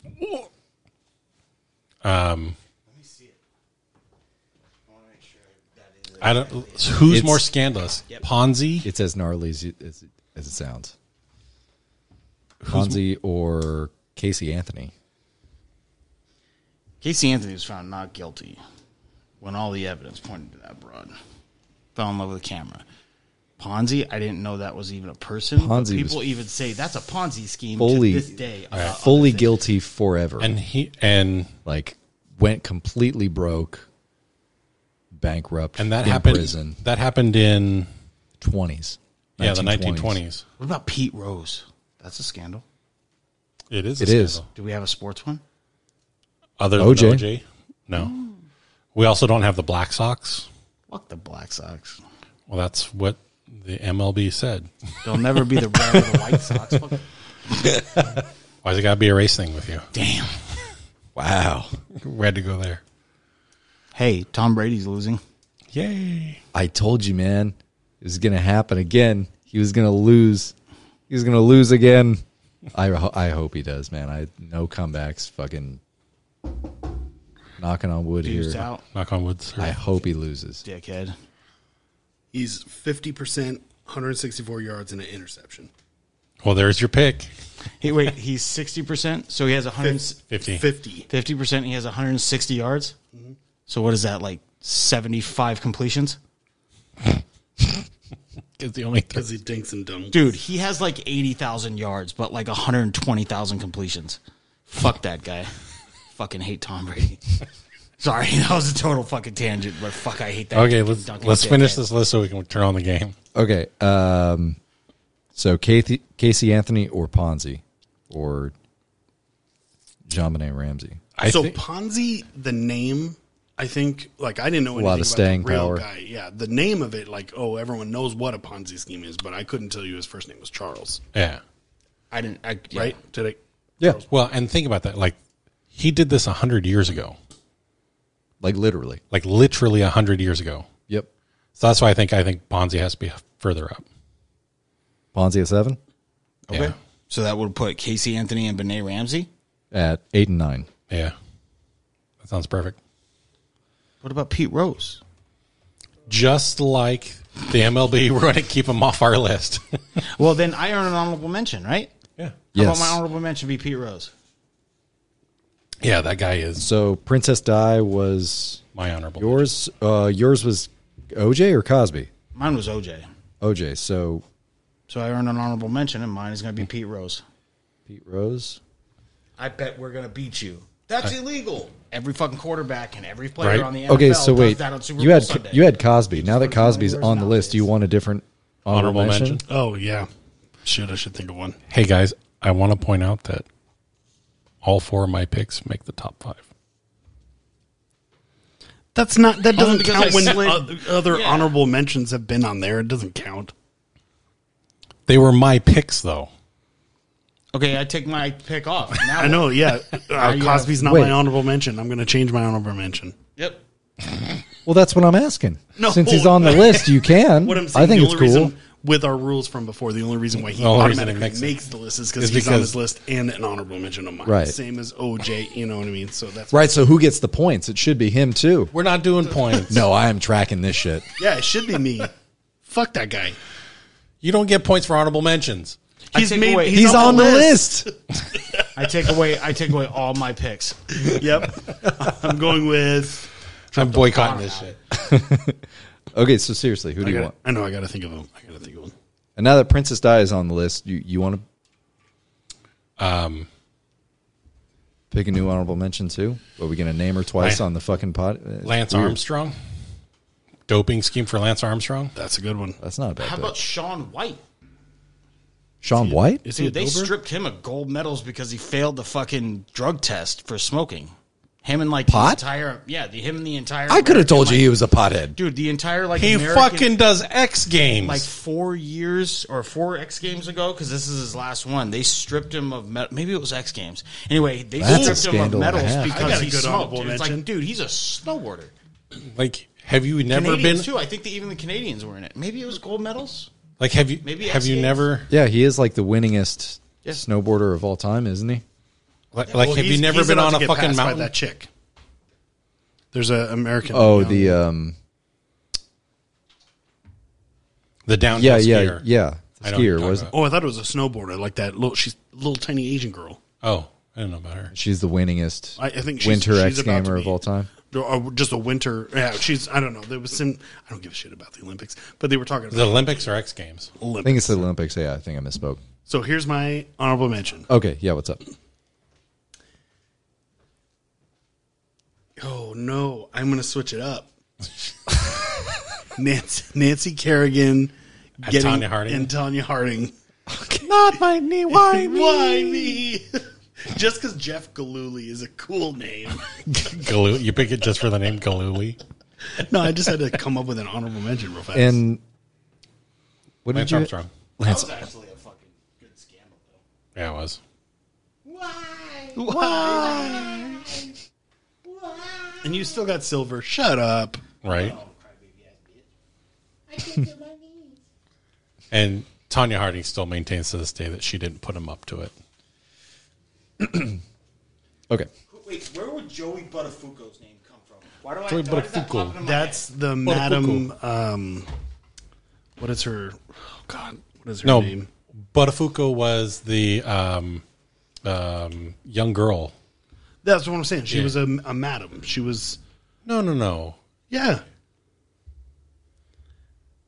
Speaker 1: I don't. Who's
Speaker 3: It's-
Speaker 1: more scandalous, Ponzi?
Speaker 3: it's as gnarly as, it- as, it- as it sounds. Ponzi or Casey Anthony.
Speaker 5: Casey Anthony was found not guilty when all the evidence pointed to that broad. Fell in love with the camera. Ponzi. I didn't know that was even a person. but
Speaker 3: Ponzi was
Speaker 5: people even say that's a Ponzi scheme
Speaker 3: fully-
Speaker 5: to this day. about other
Speaker 3: fully
Speaker 5: things.
Speaker 3: guilty forever.
Speaker 1: and he and
Speaker 3: like went completely broke, bankrupt,
Speaker 1: and that
Speaker 3: in
Speaker 1: happened
Speaker 3: prison.
Speaker 1: that happened in
Speaker 3: Twenties,
Speaker 1: yeah the 1920s.
Speaker 5: What about Pete Rose? That's a scandal.
Speaker 1: It is.
Speaker 3: It is.
Speaker 5: Do we have a sports one?
Speaker 1: Other
Speaker 3: OJ?
Speaker 1: than OJ, no. We also don't have the Black Sox.
Speaker 5: Fuck the Black Sox.
Speaker 1: Well, that's what the MLB said.
Speaker 5: They'll never be the red or the White Sox. Fuck
Speaker 1: Why's it got to be a race thing with you?
Speaker 5: Damn.
Speaker 3: Wow,
Speaker 1: We had to go there.
Speaker 5: Hey, Tom Brady's losing.
Speaker 1: Yay!
Speaker 3: I told you, man, it was gonna happen again. He was gonna lose. He was gonna lose again. I ho- I hope he does, man. I no comebacks. Fucking knocking on wood
Speaker 5: Deuced
Speaker 3: here.
Speaker 5: out.
Speaker 1: Knock on wood. sir.
Speaker 3: I hope he loses.
Speaker 5: Dickhead.
Speaker 2: He's 50%, 164 yards, and an interception.
Speaker 1: Well, there's your pick.
Speaker 5: Hey, wait, he's 60%, so he has 150%,
Speaker 1: 50.
Speaker 2: 50.
Speaker 5: he has 160 yards. So what is that, like 75 completions?
Speaker 1: It's the only
Speaker 2: Because he dinks and dumb.
Speaker 5: Dude, he has like 80,000 yards, but like 120,000 completions. Fuck that guy. fucking hate Tom Brady. Sorry, that was a total fucking tangent, but fuck, I hate that.
Speaker 1: Okay,
Speaker 5: fucking
Speaker 1: let's
Speaker 5: Duncan
Speaker 1: let's finish
Speaker 5: dickhead.
Speaker 1: this list so we can turn on the game.
Speaker 3: Okay. Um, so Casey, Casey Anthony or Ponzi or JonBenet Ramsey.
Speaker 1: I
Speaker 2: so
Speaker 1: think-
Speaker 2: Ponzi, the name, I think, like I didn't know anything
Speaker 3: lot of
Speaker 2: about
Speaker 3: staying
Speaker 2: the real
Speaker 3: power.
Speaker 2: guy. Yeah, the name of it, like oh, everyone knows what a Ponzi scheme is, but I couldn't tell you his first name was Charles.
Speaker 1: yeah.
Speaker 5: I didn't, I, yeah.
Speaker 2: Right? Did I?
Speaker 3: Yeah,
Speaker 1: Well, and think about that. Like he did this hundred years ago.
Speaker 3: like literally.
Speaker 1: Like literally hundred years ago.
Speaker 3: Yep.
Speaker 1: So that's why I think I think Ponzi has to be further up.
Speaker 3: Ponzi at seven,
Speaker 5: Okay.
Speaker 1: Yeah.
Speaker 5: So that would put Casey Anthony and Benet Ramsey.
Speaker 3: at eight and nine.
Speaker 1: Yeah. That sounds perfect.
Speaker 5: What about Pete Rose?
Speaker 1: Just like the MLB, we're going to keep him off our list.
Speaker 5: Well, then I earn an honorable mention, right?
Speaker 1: yeah.
Speaker 5: How
Speaker 3: Yes.
Speaker 5: about my honorable mention be Pete Rose?
Speaker 1: Yeah, that guy is
Speaker 3: So Princess Di was
Speaker 1: my honorable.
Speaker 3: yours. Uh, yours was OJ or Cosby.
Speaker 5: Mine was OJ.
Speaker 3: OJ. So
Speaker 5: So I earned an honorable mention, and mine is going to be
Speaker 1: Mm.
Speaker 5: Pete Rose.
Speaker 3: Pete Rose.
Speaker 5: I bet we're going to beat you. That's illegal. Uh, Every fucking quarterback and every player
Speaker 1: Right.
Speaker 5: on the NFL
Speaker 3: Okay, so
Speaker 5: does
Speaker 3: wait,
Speaker 5: that on Super
Speaker 3: you
Speaker 5: Bowl
Speaker 3: had
Speaker 5: Sunday.
Speaker 3: you had Cosby. Now that Cosby's on the list, do you want a different honorable,
Speaker 1: Honorable
Speaker 3: mention?
Speaker 1: mention?
Speaker 2: Oh yeah, shit, I should think of one.
Speaker 1: Hey guys, I want to point out that all four of my picks make the top five.
Speaker 2: That's not that doesn't
Speaker 5: because I
Speaker 2: count when
Speaker 5: slid-
Speaker 2: o- other
Speaker 5: Yeah.
Speaker 2: honorable mentions have been on there. It doesn't count.
Speaker 1: They were my picks though.
Speaker 5: okay, I take my pick off. Now
Speaker 2: I know. Yeah, uh,
Speaker 5: you
Speaker 2: Cosby's not
Speaker 3: Wait.
Speaker 2: my honorable mention. I'm going to change my honorable mention.
Speaker 5: Yep.
Speaker 3: Well, that's what I'm asking.
Speaker 2: No.
Speaker 3: Since he's on the list, you can.
Speaker 2: What I'm saying,
Speaker 3: I think
Speaker 2: the
Speaker 3: it's
Speaker 2: only
Speaker 3: cool.
Speaker 2: reason with our rules from before, the only reason why he
Speaker 1: The only reason it
Speaker 2: automatically
Speaker 1: makes
Speaker 2: makes,
Speaker 1: it-
Speaker 2: the list is, because
Speaker 1: is
Speaker 2: he's on
Speaker 1: because-
Speaker 2: his list and an honorable mention of mine.
Speaker 3: Right.
Speaker 2: Same as OJ, you know what I mean? So that's
Speaker 3: Right, so who gets the points? It should be him too.
Speaker 1: We're not doing points.
Speaker 3: No, I am tracking this shit.
Speaker 2: Yeah, it should be me. Fuck that guy.
Speaker 1: You don't get points for honorable mentions.
Speaker 5: I
Speaker 2: He's
Speaker 5: take
Speaker 2: made.
Speaker 5: away-
Speaker 2: He's,
Speaker 3: He's, on the list.
Speaker 5: I take away. I take away all my picks.
Speaker 2: Yep. I'm going with.
Speaker 1: I'm boycotting this shit.
Speaker 3: Okay, so seriously, who do
Speaker 2: I,
Speaker 3: you
Speaker 2: gotta-
Speaker 3: want?
Speaker 2: I know. I got to think of him. I got to think of him.
Speaker 3: And now that Princess Di is on the list, you, you want to
Speaker 1: Um,
Speaker 3: pick a new honorable mention too? Are we going to name her twice
Speaker 1: Lan-
Speaker 3: on the fucking pod? Uh,
Speaker 1: Lance
Speaker 3: weird.
Speaker 1: Armstrong. Doping scheme for Lance Armstrong.
Speaker 2: That's a good one.
Speaker 3: That's not a bad
Speaker 5: How
Speaker 3: pick.
Speaker 5: about Sean White?
Speaker 3: Sean White?
Speaker 2: Is he a
Speaker 5: Dude, they
Speaker 2: doper?
Speaker 5: stripped him of gold medals because he failed the fucking drug test for smoking. Him and like
Speaker 3: Pot?
Speaker 5: the entire yeah, the, him and the entire.
Speaker 3: I could have
Speaker 5: American,
Speaker 3: told you
Speaker 5: like-
Speaker 3: he was a pothead.
Speaker 5: dude. The entire like
Speaker 1: He
Speaker 5: American,
Speaker 1: fucking does X games.
Speaker 5: like four years or four X Games ago because this is his last one. They stripped him of med- maybe it was X Games. Anyway, they
Speaker 3: That's a
Speaker 5: stripped him of
Speaker 3: scandal and a
Speaker 5: medals
Speaker 3: half.
Speaker 2: I
Speaker 5: because
Speaker 2: got a
Speaker 5: he
Speaker 2: good
Speaker 5: smoked.
Speaker 2: honorable
Speaker 5: Dude, It's
Speaker 2: mention.
Speaker 5: like, dude, he's a snowboarder.
Speaker 1: Like, have you never
Speaker 5: Canadians
Speaker 1: been?
Speaker 5: too. I think that even the Canadians were in it. Maybe it was gold medals.
Speaker 1: Like, have you?
Speaker 5: Maybe
Speaker 1: have
Speaker 5: X
Speaker 1: you
Speaker 5: Games?
Speaker 1: never?
Speaker 3: Yeah, he is like the winningest
Speaker 5: Yeah.
Speaker 3: snowboarder of all time, isn't he?
Speaker 1: Like,
Speaker 2: Well,
Speaker 1: have you
Speaker 2: he's-
Speaker 1: never
Speaker 2: he's
Speaker 1: been
Speaker 2: about
Speaker 1: on
Speaker 2: to
Speaker 1: a
Speaker 2: get
Speaker 1: fucking
Speaker 2: passed by
Speaker 1: mountain?
Speaker 2: that chick. There's an American.
Speaker 3: Oh,
Speaker 2: young-
Speaker 3: the um
Speaker 1: The downhill
Speaker 3: yeah, yeah,
Speaker 1: skier.
Speaker 3: yeah.
Speaker 1: I
Speaker 3: The
Speaker 1: know what you're
Speaker 3: skier
Speaker 1: talking
Speaker 3: was
Speaker 1: about.
Speaker 2: Oh, I thought it was a snowboarder. Like that little. She's a little tiny Asian girl.
Speaker 1: Oh, I don't know about her.
Speaker 3: She's the winningest
Speaker 2: I, I think she's,
Speaker 3: winter
Speaker 2: she's
Speaker 3: X
Speaker 2: about to
Speaker 3: gamer
Speaker 2: be-
Speaker 3: of all time.
Speaker 2: Or just a winter. Yeah, she's. I don't know. There was some. I don't give a shit about the Olympics, but they were talking
Speaker 1: The
Speaker 2: about
Speaker 1: Olympics or X Games?
Speaker 3: I think
Speaker 2: Olympics.
Speaker 3: it's the Olympics. Yeah, I think I misspoke.
Speaker 2: So here's my honorable mention.
Speaker 3: Okay, yeah, what's up?
Speaker 2: Oh no, I'm gonna switch it up. Nancy, Nancy Kerrigan,
Speaker 1: And Tonya Harding.
Speaker 2: and Tanya Harding.
Speaker 3: Not my knee. Why
Speaker 2: Why me? Just because Jeff Galooly is a cool name.
Speaker 1: Galoo- you pick it just for the name Galooly.
Speaker 2: No, I just had to come up with an honorable mention real fast.
Speaker 3: And what did
Speaker 1: Lance
Speaker 3: you?
Speaker 1: Armstrong.
Speaker 6: That was actually a fucking good scandal, though.
Speaker 1: Yeah, it was.
Speaker 6: Why? Why?
Speaker 2: and you still got silver. Shut up.
Speaker 1: Right.
Speaker 6: Oh, crybaby ass bitch. I can't get my knees.
Speaker 1: And Tanya Harding still maintains to this day that she didn't put him up to it.
Speaker 3: Okay,
Speaker 6: Wait, where would Joey Buttafuoco's name come from? Why do I?
Speaker 1: Joey
Speaker 6: why does that
Speaker 1: Buttafuoco.
Speaker 6: pop into my
Speaker 2: That's
Speaker 6: head?
Speaker 2: the madam. Um, what is her? Oh God, what is her
Speaker 1: No,
Speaker 2: name?
Speaker 1: Buttafuoco was the um, um, young girl.
Speaker 2: That's what I'm saying. She
Speaker 1: Yeah.
Speaker 2: was a, a madam. She was
Speaker 1: No, no, no,
Speaker 2: yeah.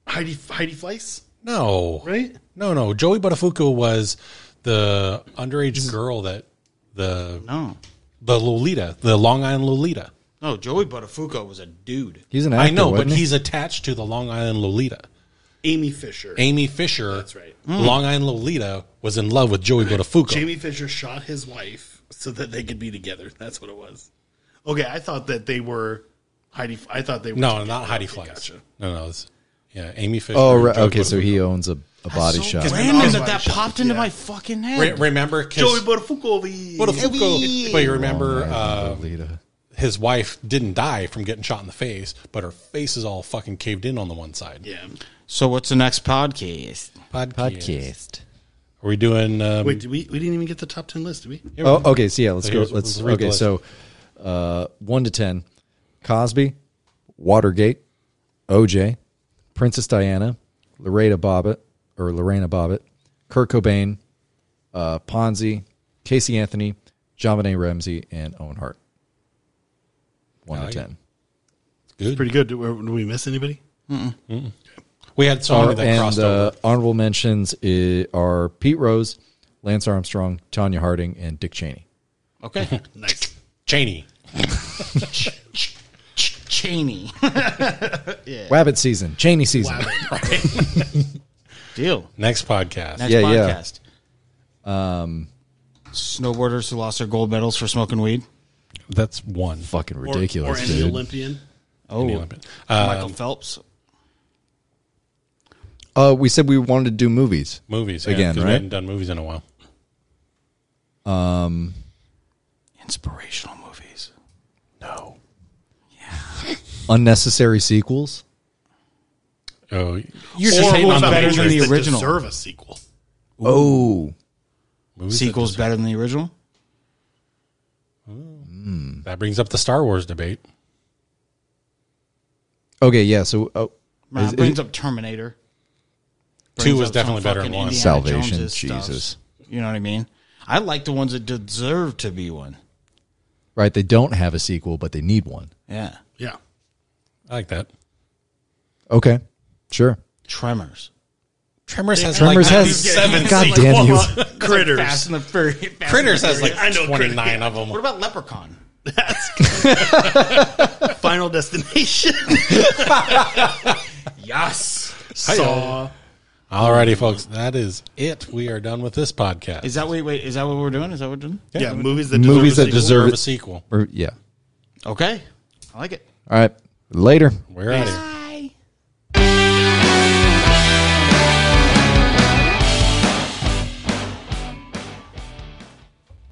Speaker 2: Heidi Heidi Fleiss,
Speaker 1: no.
Speaker 2: right?
Speaker 1: No, no. Joey Buttafuoco was the underage girl that the
Speaker 5: No.
Speaker 1: the Lolita, the Long Island Lolita.
Speaker 5: No, Joey Buttafuoco was a dude.
Speaker 3: he's an actor.
Speaker 1: I know, but
Speaker 3: wasn't he?
Speaker 1: he's attached to the Long Island Lolita.
Speaker 2: Amy Fisher.
Speaker 1: Amy Fisher,
Speaker 2: That's right.
Speaker 3: Hmm.
Speaker 1: Long Island Lolita was in love with Joey Buttafuoco.
Speaker 2: Jamie Fisher shot his wife so that they could be together. That's what it was. Okay, I thought that they were Heidi. I thought they were
Speaker 1: no,
Speaker 2: together.
Speaker 1: not Heidi
Speaker 2: Okay,
Speaker 1: Fleiss.
Speaker 2: gotcha.
Speaker 1: No, no, it's, yeah, Amy Fisher.
Speaker 3: Oh,
Speaker 1: and
Speaker 3: right.
Speaker 1: Joey
Speaker 3: okay. So
Speaker 1: Buttafuoco.
Speaker 3: he owns a, a body shop.
Speaker 2: Because-
Speaker 5: Random
Speaker 2: Body
Speaker 5: that that
Speaker 2: Shop,
Speaker 5: popped into
Speaker 2: yeah.
Speaker 5: my fucking
Speaker 1: Re-
Speaker 5: head.
Speaker 1: remember 'cause
Speaker 2: Joey Buttafuoco.
Speaker 1: Buttafuoco, but you remember
Speaker 3: Long
Speaker 1: uh,
Speaker 3: Island Lolita.
Speaker 1: his wife didn't die from getting shot in the face, but her face is all fucking caved in on the one side.
Speaker 2: Yeah.
Speaker 5: so what's the next podcast?
Speaker 1: Podcast.
Speaker 3: podcast.
Speaker 1: Are we doing? Um,
Speaker 2: Wait, did we we didn't even get the top ten list, did we?
Speaker 3: Oh, okay. So yeah, let's go.
Speaker 1: Here's-
Speaker 3: Let's
Speaker 1: let's read the
Speaker 3: okay.
Speaker 1: list.
Speaker 3: So uh, one to ten: Cosby, Watergate, OJ, Princess Diana, Loretta Bobbitt or Lorena Bobbitt, Kurt Cobain, uh, Ponzi, Casey Anthony, JonBenet Ramsey, and Owen Hart.
Speaker 1: I
Speaker 3: One to
Speaker 1: like
Speaker 3: ten.
Speaker 1: good.
Speaker 2: Pretty good. Did we, did we miss anybody?
Speaker 1: we had so many that
Speaker 3: and
Speaker 1: crossed
Speaker 3: uh,
Speaker 1: over.
Speaker 3: honorable mentions i- are Pete Rose, Lance Armstrong, Tanya Harding, and Dick Cheney.
Speaker 5: Okay.
Speaker 2: Nice.
Speaker 1: Cheney.
Speaker 5: Ch- Cheney.
Speaker 3: Wabbit season, Cheney season.
Speaker 5: Deal.
Speaker 1: Next podcast.
Speaker 5: Next
Speaker 3: Yeah, yeah.
Speaker 5: podcast. Um, Snowboarders who lost their gold medals for smoking weed.
Speaker 1: That's one.
Speaker 3: Fucking
Speaker 2: Or-
Speaker 3: ridiculous,
Speaker 2: Or, any
Speaker 3: dude.
Speaker 2: Olympian.
Speaker 5: Oh,
Speaker 1: Uh,
Speaker 5: Michael Phelps.
Speaker 3: Uh, we said we wanted to do movies.
Speaker 1: movies yeah,
Speaker 3: Again,
Speaker 1: 'cause
Speaker 3: right?
Speaker 1: We hadn't done movies in a while.
Speaker 5: Inspirational movies.
Speaker 1: No.
Speaker 3: Unnecessary sequels.
Speaker 1: Oh,
Speaker 5: You're
Speaker 1: just hating on the
Speaker 5: better than
Speaker 1: Matrix
Speaker 5: the
Speaker 2: that
Speaker 5: original.
Speaker 2: Deserve a sequel.
Speaker 3: Oh,
Speaker 1: movies that
Speaker 5: Sequels
Speaker 1: just-
Speaker 5: better than the original.
Speaker 1: That brings up the Star Wars debate.
Speaker 3: okay, yeah. So oh,
Speaker 5: Nah,
Speaker 3: is-
Speaker 5: it brings
Speaker 3: is-
Speaker 5: up Terminator.
Speaker 1: Two was
Speaker 5: up some
Speaker 1: definitely better than
Speaker 5: fucking
Speaker 1: one.
Speaker 5: Indiana
Speaker 3: Salvation,
Speaker 5: Joneses stuffs.
Speaker 3: Jesus.
Speaker 5: You know what I mean? I like the ones that deserve to be one.
Speaker 3: right, they don't have a sequel, but they need one.
Speaker 5: Yeah.
Speaker 2: Yeah.
Speaker 1: I like that.
Speaker 3: Okay, sure.
Speaker 5: Tremors.
Speaker 1: Tremors has
Speaker 3: Tremors
Speaker 1: like
Speaker 3: has
Speaker 1: seven.
Speaker 3: God
Speaker 1: sequels.
Speaker 3: damn you!
Speaker 2: Critters.
Speaker 5: Fast and the Furious. Fast and the
Speaker 1: Critters has like
Speaker 5: Furious.
Speaker 2: I know
Speaker 1: twenty nine of
Speaker 5: What
Speaker 1: them.
Speaker 5: about Leprechaun?
Speaker 2: Final Destination.
Speaker 5: Yes.
Speaker 2: Saw.
Speaker 1: Alrighty, folks, that is it. We are done with this podcast.
Speaker 5: Is that wait wait? Is that what we're doing? Is that what we're doing?
Speaker 2: Yeah, movies that deserve
Speaker 3: Movies
Speaker 2: a
Speaker 3: that
Speaker 2: sequel.
Speaker 3: deserve
Speaker 1: Deserve a
Speaker 3: it.
Speaker 1: sequel.
Speaker 3: Or- yeah.
Speaker 5: Okay. I like it.
Speaker 3: All right. Later.
Speaker 1: We're out of here.